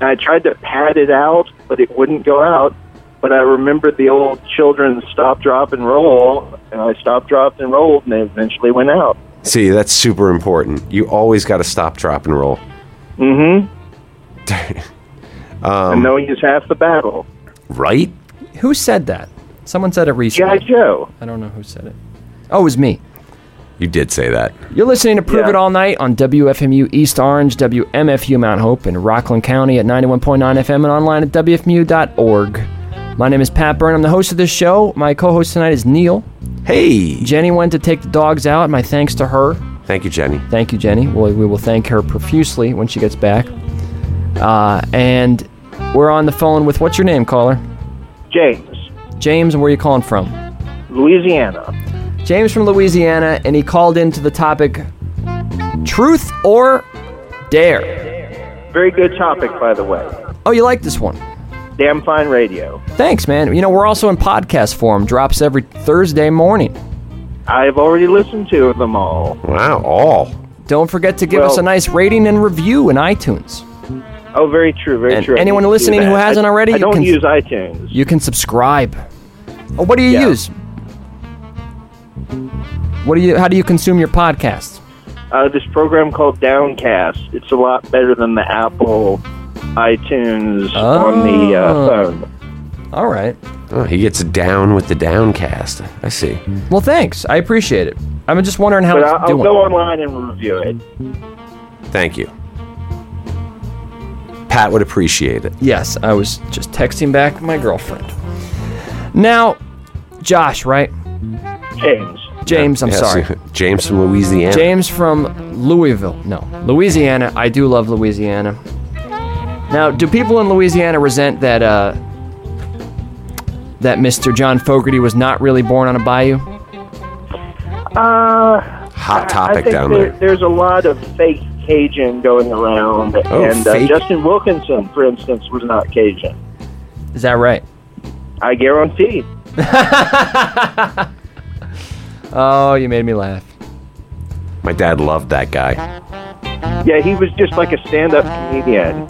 And I tried to pat it out, but it wouldn't go out. But I remembered the old children stop, drop, and roll. And I stopped, dropped, and rolled, and they eventually went out.
See, that's super important. You always got to stop, drop, and roll.
Mm hmm.
Um,
and knowing is half the battle.
right?
Who said that? Someone said it recently.
G.I. Joe.
I don't know who said it. Oh, it was me.
You did say that.
You're listening to Prove It All Night on WFMU East Orange, WMFU Mount Hope, in Rockland County at 91.9 FM and online at WFMU.org. My name is Pat Byrne. I'm the host of this show. My co host tonight is Neil.
Hey.
Jenny went to take the dogs out. My thanks to her.
Thank you, Jenny.
Thank you, Jenny. Well, we will thank her profusely when she gets back. Uh, and we're on the phone with what's your name, caller?
James.
James, and where are you calling from?
Louisiana.
James from Louisiana, and he called into the topic Truth or Dare.
Very good topic, by the way.
Oh, you like this one?
Damn fine radio.
Thanks, man. You know, we're also in podcast form, drops every Thursday morning.
I've already listened to them all.
Wow, all.
Don't forget to give us
Well-
a nice rating and review in iTunes.
Oh, very true, very
And
true. I
anyone
need to do
listening who
that.
hasn't
I-
already,
I
you
don't
can-
use iTunes.
You can subscribe. Oh, what do you use? What do you? How do you consume your podcasts?
Uh, this program called Downcast. It's a lot better than the Apple iTunes on the
Ah.
uh, phone.
All right.
Oh, he gets down with the downcast. I see.
Well, thanks. I appreciate it. I'm just wondering how
but
it's
I'll, I'll
doing.
go online and review it.
Thank you. Pat would appreciate it.
Yes, I was just texting back my girlfriend. Now, Josh, right?
James.
James, I'm
Yeah,
sorry.
so- James from Louisiana.
James from Louisville. No, Louisiana. I do love Louisiana. Now, do people in Louisiana resent that uh, that Mr. John Fogerty was not really born on a bayou?
Uh,
Hot
I think there- There's a lot of fake Cajun going around,
Oh,
and uh,
fake?
Justin Wilkinson, for instance, was not Cajun.
Is that right?
I guarantee.
Oh, you made me laugh.
My dad loved that guy.
Yeah, he was just like a stand-up comedian.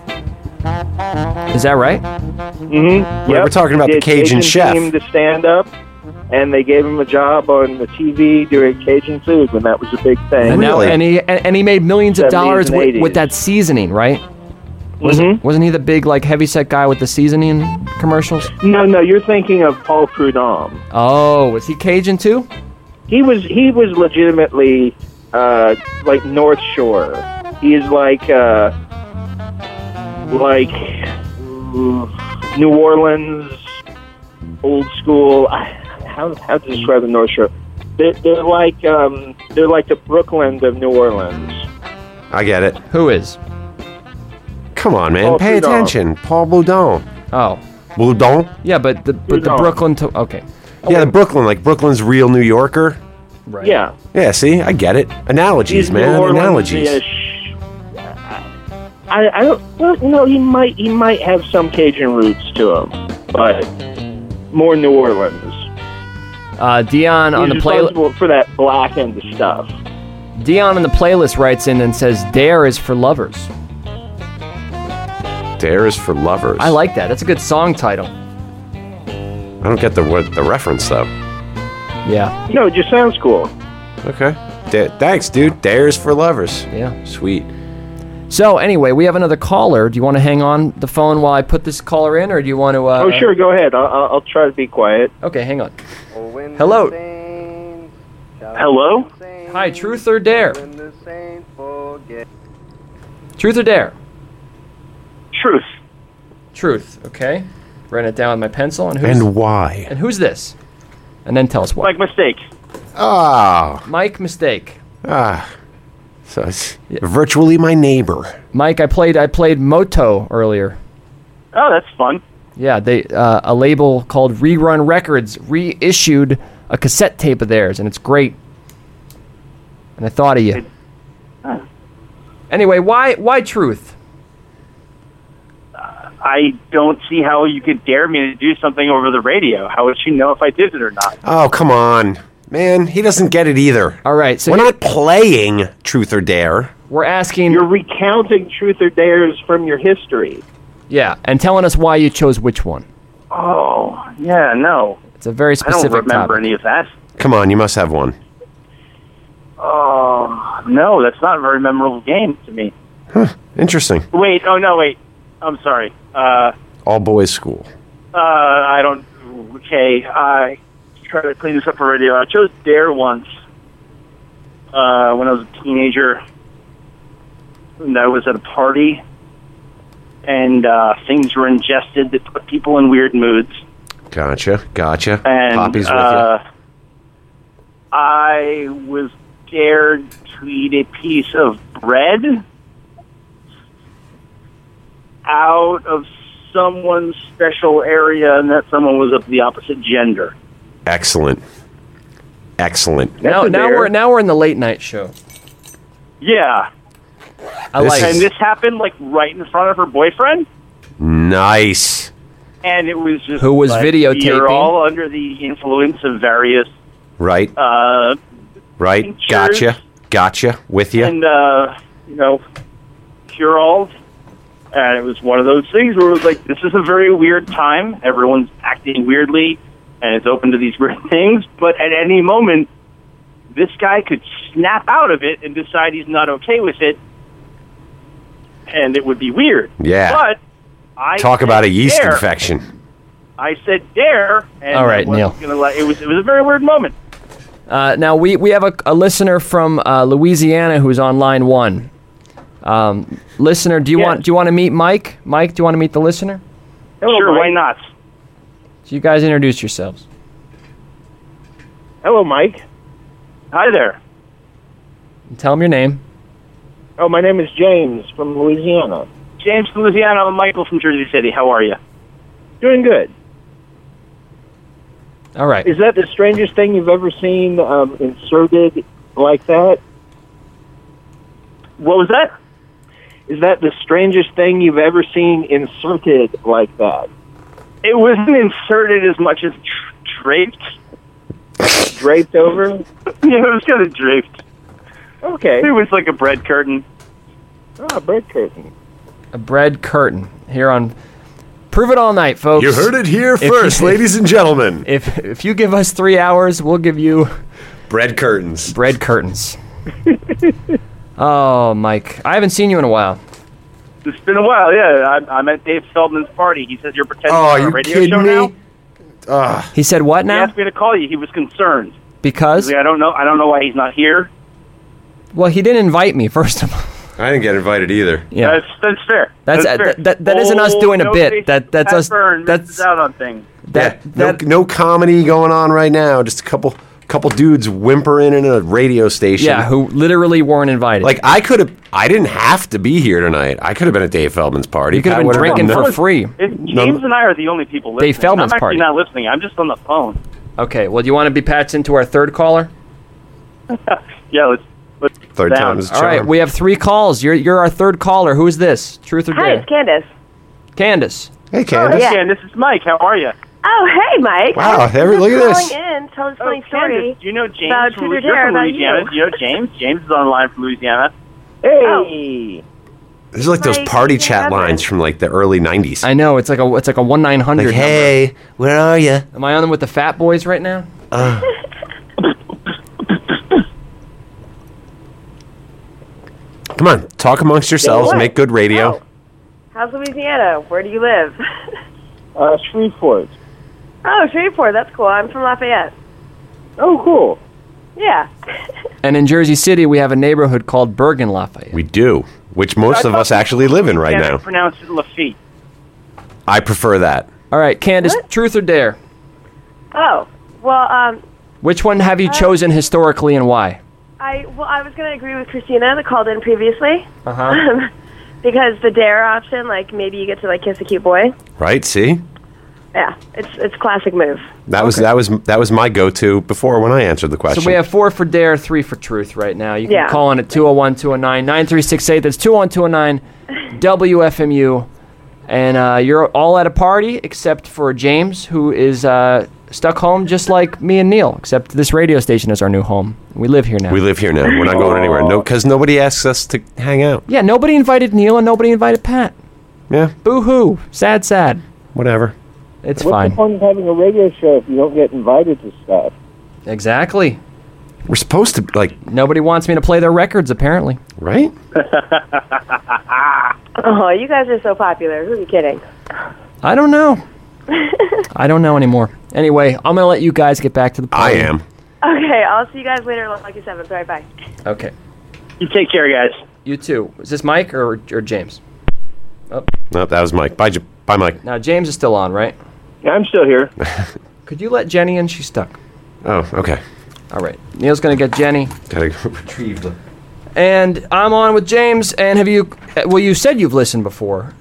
Is that right?
Mm-hmm.
We're- we're talking about the Cajun chef.
Came to stand up, and they gave him a job on the TV doing Cajun food when that was a big thing.
And, now, and he and, and he made millions of
70s
dollars
and
with,
80s.
with that seasoning, right? Wasn't, wasn't he the big like heavyset guy with the seasoning commercials?
no, no, you're thinking of Paul Prudhomme.
Oh, was he Cajun too?
He was he was legitimately uh, like North Shore. He is like uh, like New Orleans, old school. How how to describe the North Shore? They're, they're like um, they're like the Brooklyn of New Orleans.
I get it.
Who is?
Come on, man.
Paul
Pay
Prudhomme.
attention. Paul Boudon.
Oh.
Boudon?
Yeah, but the but the
Prudhomme.
Brooklyn to okay.
Yeah, the Brooklyn. Like, Brooklyn's real New Yorker.
Right.
Yeah,
Yeah, see? I get it. Analogies,
he's
man.
New
Analogies.
Orleans-ish. I, I don't. Well, you know, he might he might have some Cajun roots to him, but more New Orleans.
Uh, Dion on
He's
the play Uh,
responsible for that black end stuff.
Dion on the playlist writes in and says Dare is for lovers.
Dare is for lovers.
I like that. That's a good song title.
I don't get the word, the reference, though.
Yeah.
No, it just sounds cool.
Okay. Da- thanks, dude. Dares for lovers.
Yeah.
Sweet.
So anyway, we have another caller. Do you want to hang on the phone while I put this caller in, or do you want to? Uh,
oh, sure, go ahead. I'll, I'll I'll try to be quiet.
Okay, hang on. Hello.
Hello?
Hi, truth or dare? Truth or dare?
Truth.
Truth. Okay. Ran it down with my pencil, and who's
And why?
and who's this? And then tell us why.
Mike mistake.
Ah,
Mike mistake.
ah. So it's virtually my neighbor.
Mike, I played I played Moto earlier.
Oh, that's fun.
Yeah, they uh, a label called Rerun Records reissued a cassette tape of theirs, and it's great. And I thought of you. Anyway, why why truth?
Uh, I don't see how you could dare me to do something over the radio. How would she know if I did it or not?
Oh, come on. Man, he doesn't get it either.
All right, so
we're not playing truth or dare.
We're asking.
You're recounting truth or dares from your history.
Yeah, and telling us why you chose which one.
Oh, yeah, no.
It's a very
I don't
specific
remember
topic.
any of that.
Come on, you must have one.
Oh, no, that's not a very memorable game to me.
Interesting.
Wait, oh, no, wait. I'm sorry. Uh,
All boys school.
uh, I don't. Okay, I try to clean this up for radio. I chose Dare once uh, when I was a teenager. And I was at a party, and uh, things were ingested that put people in weird moods.
Gotcha. Gotcha.
And
Poppy's with
uh, I was dared to eat a piece of bread out of someone's special area, and that someone was of the opposite gender.
you. Excellent. Excellent.
Now, now we're now we're in the late night show.
Yeah.
I like
and this happened like right in front of her boyfriend,
Nice.
and it was just
Who was
like,
videotaping?
You're all under the influence of various.
Right.
Uh,
Right.
Cheers.
Gotcha. Gotcha. With you.
and uh, you know, cure all. And it was one of those things where it was like, this is a very weird time. Everyone's acting weirdly, and it's open to these weird things. But at any moment, this guy could snap out of it and decide he's not okay with it, and it would be weird.
Yeah.
But I
Talk about a
said
yeast
dare.
infection.
I said dare. And
All
I
right,
wasn't
Neil.
gonna let- it was it was a very weird moment.
Uh, now we, we have a, a listener from uh, Louisiana who's on line one. Um, listener, do you want do you want to meet Mike? Mike, do you want to meet the listener?
sure, why not?
So you guys introduce yourselves.
Hello, Mike. Hi there.
And tell him your name.
Oh, my name is James from Louisiana. James from Louisiana. I'm Michael from Jersey City. How are you?
Doing good.
All right.
Is that the strangest thing you've ever seen um, inserted like that?
What was that?
Is that the strangest thing you've ever seen inserted like that?
It wasn't inserted as much as tr- draped.
Draped over?
yeah, it was kind of draped.
Okay.
It was like a bread curtain.
Ah, bread curtain.
A bread curtain here on Prove It All Night, folks.
You heard it here
If you-
first, ladies and gentlemen.
If if you give us three hours, we'll give you
Bread curtains.
bread curtains. oh, Mike, I haven't seen you in a while.
It's been a while. Yeah, I'm, I'm at Dave Feldman's party. He says you're pretending you're
Oh,
on
you
a radio
kidding
show now.
me? He said what
He
now?
asked me to call you. He was concerned.
Because
He's like, I don't know. I don't know why he's not here.
well, he didn't invite me first of all.
I didn't get invited either.
Yeah.
That's that's fair.
That's- uh,
fair. Oh,
that- that- that isn't us doing a
no
bit.
face
That- that's
Pat
us-
Byrne misses
that's-
out on things.
That
yeah, no, no comedy going on right now. Just a couple couple dudes whimpering in a radio station.
yeah, who literally weren't invited.
like I could have. I didn't have to be here tonight. I could have been at Dave Feldman's party.
You could
I
have been
would've
drinking
known.
for free.
If James and I are the only people listening.
Dave Feldman's
I'm actually
party.
not listening. I'm just on the phone.
Okay, well, do you want to be patched into our third caller?
Yeah, let's. let's
Third
down.
time is a
All right,
charm.
we have three calls. You're you're our third caller. Who is this? Truth or
Hi,
dare?
it's Candace.
Candace.
Hey,
Candace. yeah.
This is Mike. How are you?
Oh, hey, Mike.
Wow,
I'm
there-
just
look at
calling
this.
in, telling a
Oh,
funny story.
Candace, do you know James
about
from,
Truth or
you're
Dare
from
about
Louisiana?
you.
Do you know James? James is online from Louisiana.
Hey.
These are like those
Like,
party chat lines from like the early '90s.
I know it's like a it's like a one nine hundred.
Like, hey, where are you?
Am I on with the Fat Boys right now?
Uh, Come on, talk amongst yourselves.
what?
Make good radio.
How's Louisiana? Where do you live?
Uh, Shreveport.
oh, Shreveport. That's cool. I'm from Lafayette.
Oh, cool.
Yeah.
And in Jersey City, we have a neighborhood called Bergen Lafayette.
We do, which most of us actually live in right
Yeah.
now.
Pronounce it Lafitte.
I prefer that.
All right, Candace, truth or dare?
Oh, well, um,
Which one have you chosen historically and why?
I well, I was going to agree with Christina that called in previously.
Uh
Uh-huh.
huh.
because the dare option, like maybe you get to like kiss a cute boy.
Right? See,
Yeah, it's it's classic move.
that was that was that was my go-to before when I answered the question.
So we have four for dare, three for truth right now. You can
Yeah.
call in at 201 209 9368. That's 201 209 WFMU. And uh, you're all at a party except for James, who is uh, stuck home just like me and Neil, except this radio station is our new home. We live here now.
we live here now. We're not going anywhere. No, because nobody asks us to hang out.
Yeah, nobody invited Neil and nobody invited Pat.
Yeah.
Boo hoo. Sad, sad.
Whatever.
It's
What's
fine.
the point of having a radio show if you don't get invited to stuff?
Exactly.
We're supposed to like.
Nobody wants me to play their records, apparently.
Right.
Oh, you guys are so popular. Who are you kidding?
I don't know. I don't know anymore. Anyway, I'm gonna let you guys get back to the. Party. I
am.
Okay, I'll see you guys later. Lucky seven. Bye bye.
Okay. You take care, guys. You too. Is this Mike or or James?
No, that was Mike. Bye, J- bye, Mike.
Now James is still on, right?
Yeah, I'm still here.
Could you let Jenny in? She's stuck.
Oh, okay.
All right. Neil's gonna get Jenny,
Gotta go retrieve the.
and I'm on with James. And have you? uh, Well, you said you've listened before.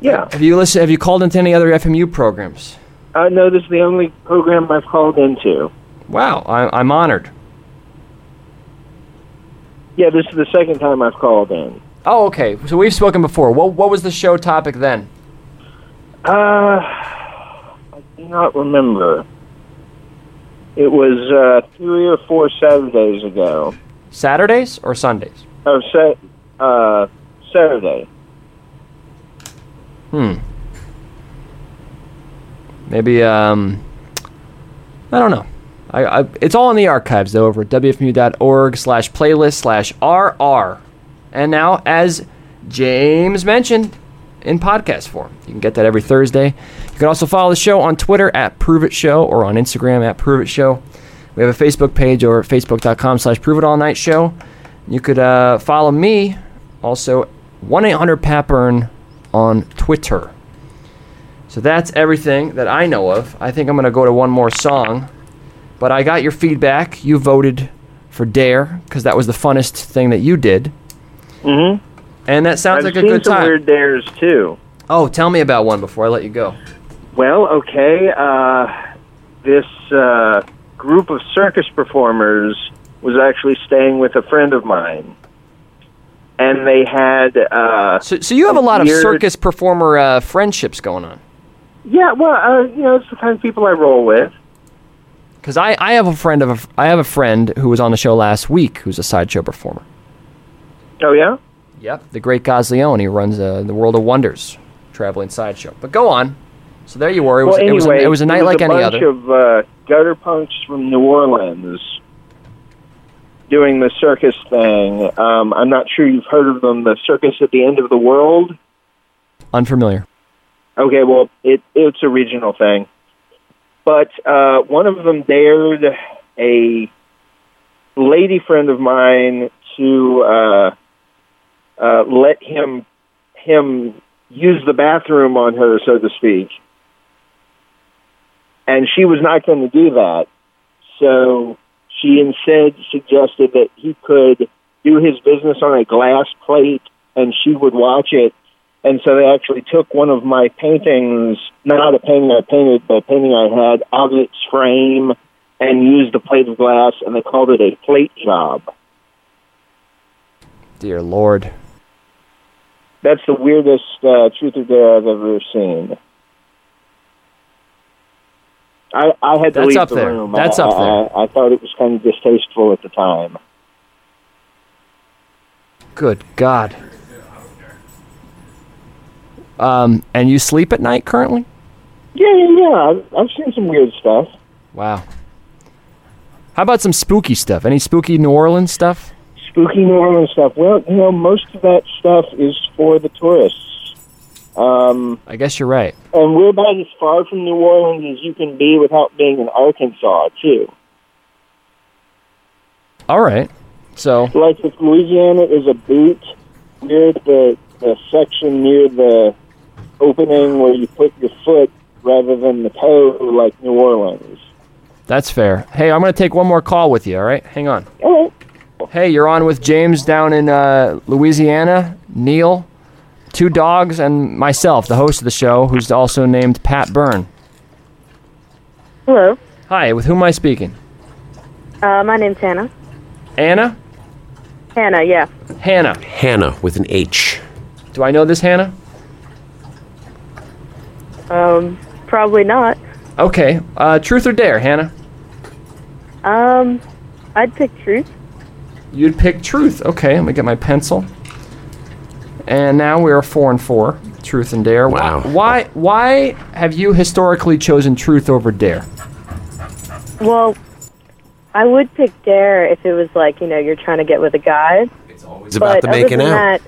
Yeah.
Have you listened? Have you called into any other FMU programs?
Uh, no, this is the only program I've called into.
Wow, I, I'm honored.
Yeah, this is the second time I've called in.
Oh, okay. So we've spoken before. What what was the show topic then?
Uh, I do not remember. It was uh, three or four Saturdays ago.
Saturdays or Sundays?
Oh, sa- uh, Saturday.
Hmm. Maybe um I don't know. I, I it's all in the archives though over at wfmu.org slash playlist slash RR. And now as James mentioned in podcast form. You can get that every Thursday. You can also follow the show on Twitter at Prove It Show or on Instagram at Prove It Show. We have a Facebook page or facebook.com slash Prove It All Night Show. You could uh, follow me also 1 800 Papern on Twitter. So that's everything that I know of. I think I'm going to go to one more song. But I got your feedback. You voted for Dare because that was the funnest thing that you did.
Mm-hmm.
And that sounds
I've
like a
seen
good
some
time.
weird dares too.
Oh, tell me about one before I let you go.
Well, okay. Uh, this uh, group of circus performers was actually staying with a friend of mine, and they had. Uh,
so, so you have a lot of circus performer uh, friendships going on.
Yeah, well, uh, you know, it's the kind of people I roll with.
Because I, I have a friend of a, f- I have a friend who was on the show last week who's a sideshow performer.
Oh yeah.
Yep. The great Gosleone who runs uh, the World of Wonders traveling sideshow. But go on. So there you were. It was,
well,
it was, a-
anyway,
it was a night like
a
any
bunch
other.
Of uh, gutter punks from New Orleans doing the circus thing. Um, I'm not sure you've heard of them. The circus at the end of the world.
Unfamiliar.
Okay, well, it it's a regional thing, but uh, one of them dared a lady friend of mine to uh, uh, let him him use the bathroom on her, so to speak, and she was not going to do that. So she instead suggested that he could do his business on a glass plate, and she would watch it and so they actually took one of my paintings, not a painting I painted, but a painting I had out of its frame and used a plate of glass and they called it a plate job.
Dear Lord.
That's the weirdest uh, truth or dare I've ever seen. I, I had to
That's
leave
up
the
there.
room.
That's
I,
up there.
I, I thought it was kind of distasteful at the time.
Good God. Um, and you sleep at night currently?
Yeah, yeah, yeah. I've, I've seen some weird stuff.
Wow. How about some spooky stuff? Any spooky New Orleans stuff?
spooky New Orleans stuff. Well, you know, most of that stuff is for the tourists. Um,
I guess you're right.
and we're about as far from New Orleans as you can be without being in Arkansas, too.
All right. So
Like if Louisiana is a boot, we're at the, the section near the opening where you put your foot rather than the toe, like New Orleans.
that's fair. Hey, I'm gonna take one more call with you. All right, hang on. Hey, you're on with James down in uh, Louisiana. Neil, two dogs, and myself, the host of the show, who's also named Pat Byrne.
Hello.
Hi, with whom am I speaking?
Uh, my name's Hannah.
Anna,
Hannah, yeah.
Hannah.
Hannah with an H.
Do I know this Hannah?
Um, probably not.
Okay. Uh, truth or dare, Hannah?
Um, I'd pick truth.
You'd pick truth. Okay, let me get my pencil. And now we are four and four. Truth and dare. Wow. Why? Why have you historically chosen truth over dare?
Well, I would pick dare if it was like you know you're trying to get with a guy. It's
always about the making
other than
out.
That,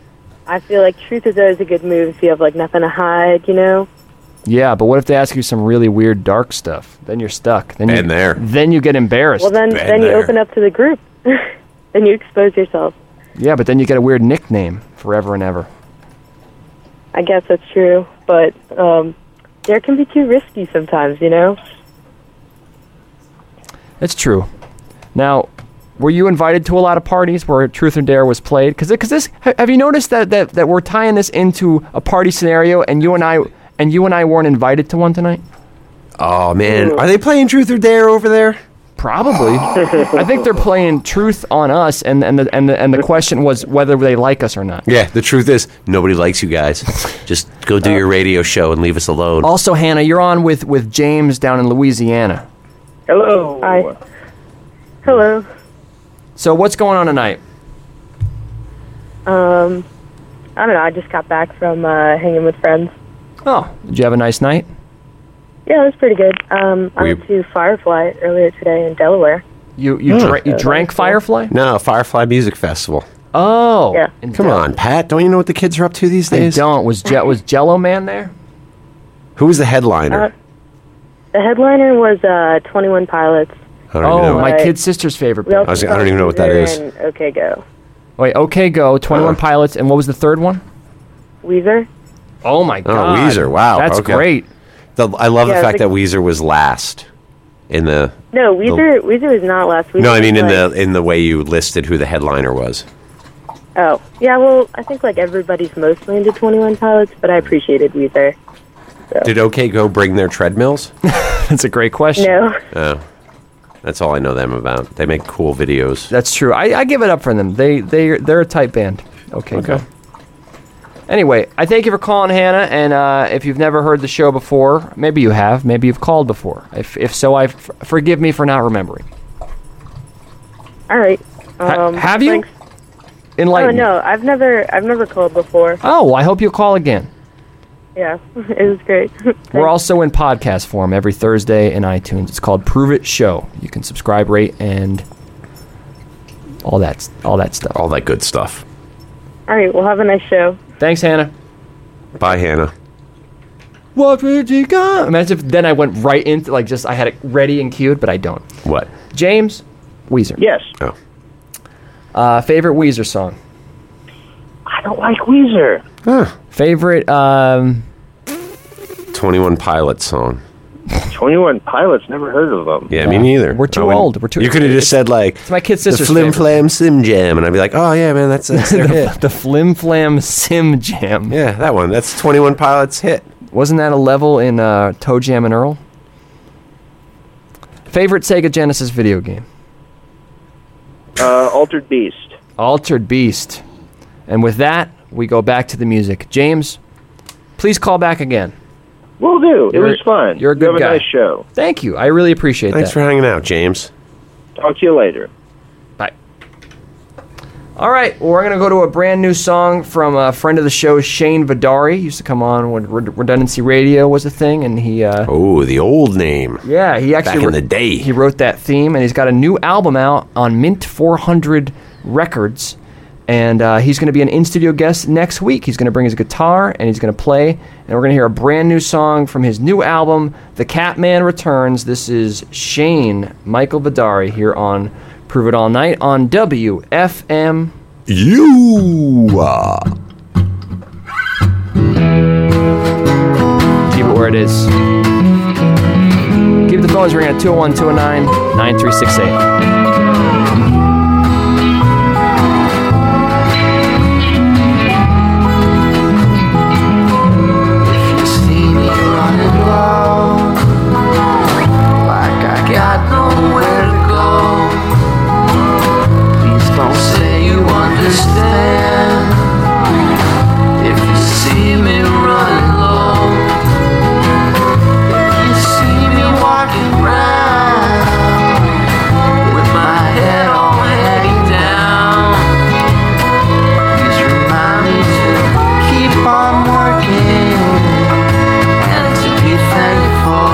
I feel like truth is always a good move if you have like nothing to hide, you know.
Yeah, but what if they ask you some really weird, dark stuff? Then you're stuck. Then you, there. Then you get embarrassed.
Well, then then you open up to the group, then you expose yourself.
Yeah, but then you get a weird nickname forever and ever.
I guess that's true, but um, dare can be too risky sometimes, you know.
That's true. Now, were you invited to a lot of parties where Truth or Dare was played? Because because this ha- have you noticed that, that that we're tying this into a party scenario, and you and I and you and I weren't invited to one tonight.
Oh man, are they playing Truth or Dare over there?
Probably. I think they're playing Truth on us, and and the, and the, and the question was whether they like us or not.
Yeah, the truth is nobody likes you guys. Just go do your radio show and leave us alone.
Uh, Also, Hannah, you're on with with James down in Louisiana.
Hello. Hi. Hello.
So what's going on tonight?
Um, I don't know. I just got back from uh, hanging with friends.
Oh. Did you have a nice night?
Yeah, it was pretty good. Um, I
We-
went to Firefly earlier today in Delaware.
You you,
Yeah.
dra- you drank Firefly?
No, Firefly Music Festival.
Oh,
Yeah.
come on, Pat. Don't you know what the kids are up to these
I
days?
don't. Was Je- was Jello Man there?
Who was the headliner?
Uh, the headliner was uh, Twenty One Pilots.
I don't even know.
oh, my
Right.
kid's sister's favorite.
We
band.
also saw Weezer and okay, go
Wait, okay, go. Twenty One Pilots, and what was the third one?
Weezer.
Oh my
Oh,
god,
Weezer. Wow,
that's
okay.
great.
The, I love
Yeah,
the
it's
fact
like-
that Weezer was last in the.
No,
the-
Weezer. Weezer was not last week.
no, I mean in the in the way you listed who the headliner was.
Oh, yeah. Well, I think like everybody's mostly into Twenty One Pilots, but I appreciated Weezer.
Did OK Go bring their treadmills?
that's a great question.
No.
Oh, that's all I know them about. They make cool videos.
That's true. I, I give it up for them. They they they're a tight band. Okay, go. Anyway, I thank you for calling, Hannah. And uh, if you've never heard the show before, maybe you have. Maybe you've called before. If if so, I f- forgive me for not remembering.
Oh, All right.
Ha-
Um,
have you?
thanks. Oh
Enlighten. me.
no, I've never, I've never called before.
Oh, well, I hope you call again.
Yeah, it was great.
We're also in podcast form every Thursday in iTunes. It's called Prove It Show. You can subscribe, rate, and all that all that stuff.
All that good stuff.
All right, well, have a nice show.
Thanks, Hannah.
Bye, Hannah.
What would you got? Imagine if then I went right into like just I had it ready and queued, but I don't.
What?
James, Weezer.
Yes.
Oh.
Uh, favorite Weezer song.
I don't like Weezer.
Favorite um,
Twenty One Pilots song.
21 Pilots, never heard of them.
Yeah, me neither. We're
too old. We're too.
You could have just said like
my kid
the
sister's
Flim
favorite.
Flam Sim Jam, and I'd be like, oh yeah, man, that's, that's their hit.
the, the Flim Flam Sim Jam.
Yeah, that one. That's Twenty One Pilots hit.
Wasn't that a level in uh, Toe Jam and Earl? Favorite Sega Genesis video game?
Uh, Altered Beast.
Altered Beast. And with that, we go back to the music. James, please call back again.
Will do.
You're-
it was fun.
You're a good
you have
guy.
a nice show.
Thank you. I really appreciate
Thanks
that.
for hanging out, James.
Talk to you later.
All right, well, we're going to go to a brand new song from a friend of the show, Shane Vidari. He used to come on when Red- Redundancy Radio was a thing, and he. Uh,
Oh, the old name.
Yeah, he actually
Back in
wr-
the day.
he wrote that theme, and he's got a new album out on Mint 400 Records. And uh, he's going to be an in studio guest next week. He's going to bring his guitar and he's going to play. And we're going to hear a brand new song from his new album, The Catman Returns. This is Shane Michael Badari here on Prove It All Night on WFM.
You. are.
Keep it where it is. Keep the phones ringing at 201 209 9368.
You see me running low, like I got nowhere to go. Please don't say you understand. If you see me running low, if you see me walking round with my head all hanging down, please remind me to keep on working and to be thankful.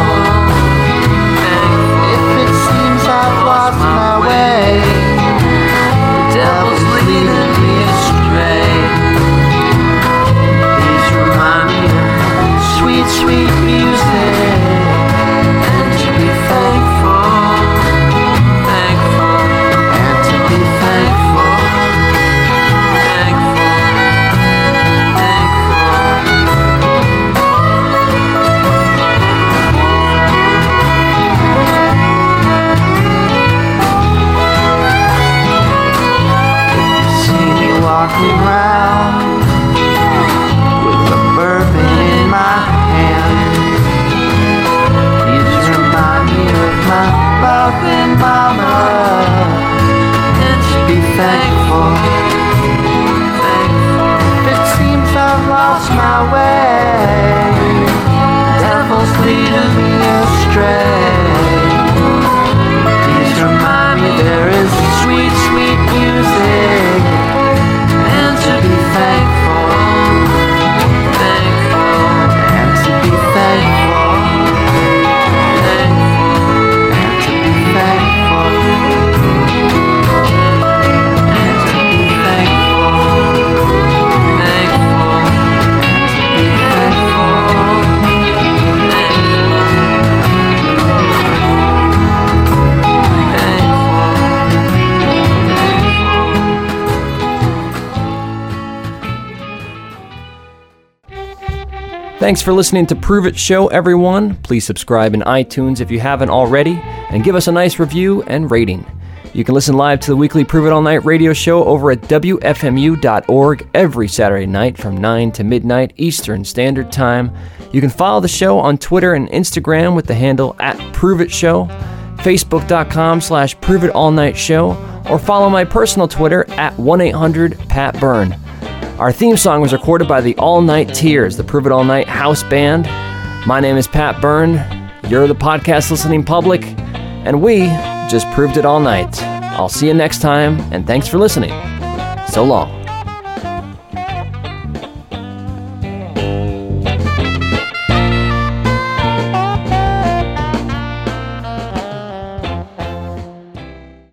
If it seems I've lost my way, the devil's leading me astray. Please remind me of sweet, sweet music. and to be thankful, thankful, and to be thankful, thankful, thankful. see me walking round with a bourbon in my hand. Please remind me of my loving mama and to be thankful. Thankful. If it seems I've lost my way, devil's leading me astray. Please remind me there is sweet, sweet music and to be thankful. Thankful and to be thankful. Thankful and to be thankful. And to be thankful. Thankful and to be thankful.
Thanks for listening to Prove It Show, everyone. Please subscribe in iTunes if you haven't already and give us a nice review and rating. You can listen live to the weekly Prove It All Night radio show over at WFMU.org every Saturday night from 9 to midnight Eastern Standard Time. You can follow the show on Twitter and Instagram with the handle at Prove It Show, Facebook.com slash Prove It All Night Show, or follow my personal Twitter at 1 800 Pat Byrne. Our theme song was recorded by the All Night Tears, the Prove It All Night house band. My name is Pat Byrne. You're the podcast listening public, and we just proved it all night. I'll see you next time, and thanks for listening. So long.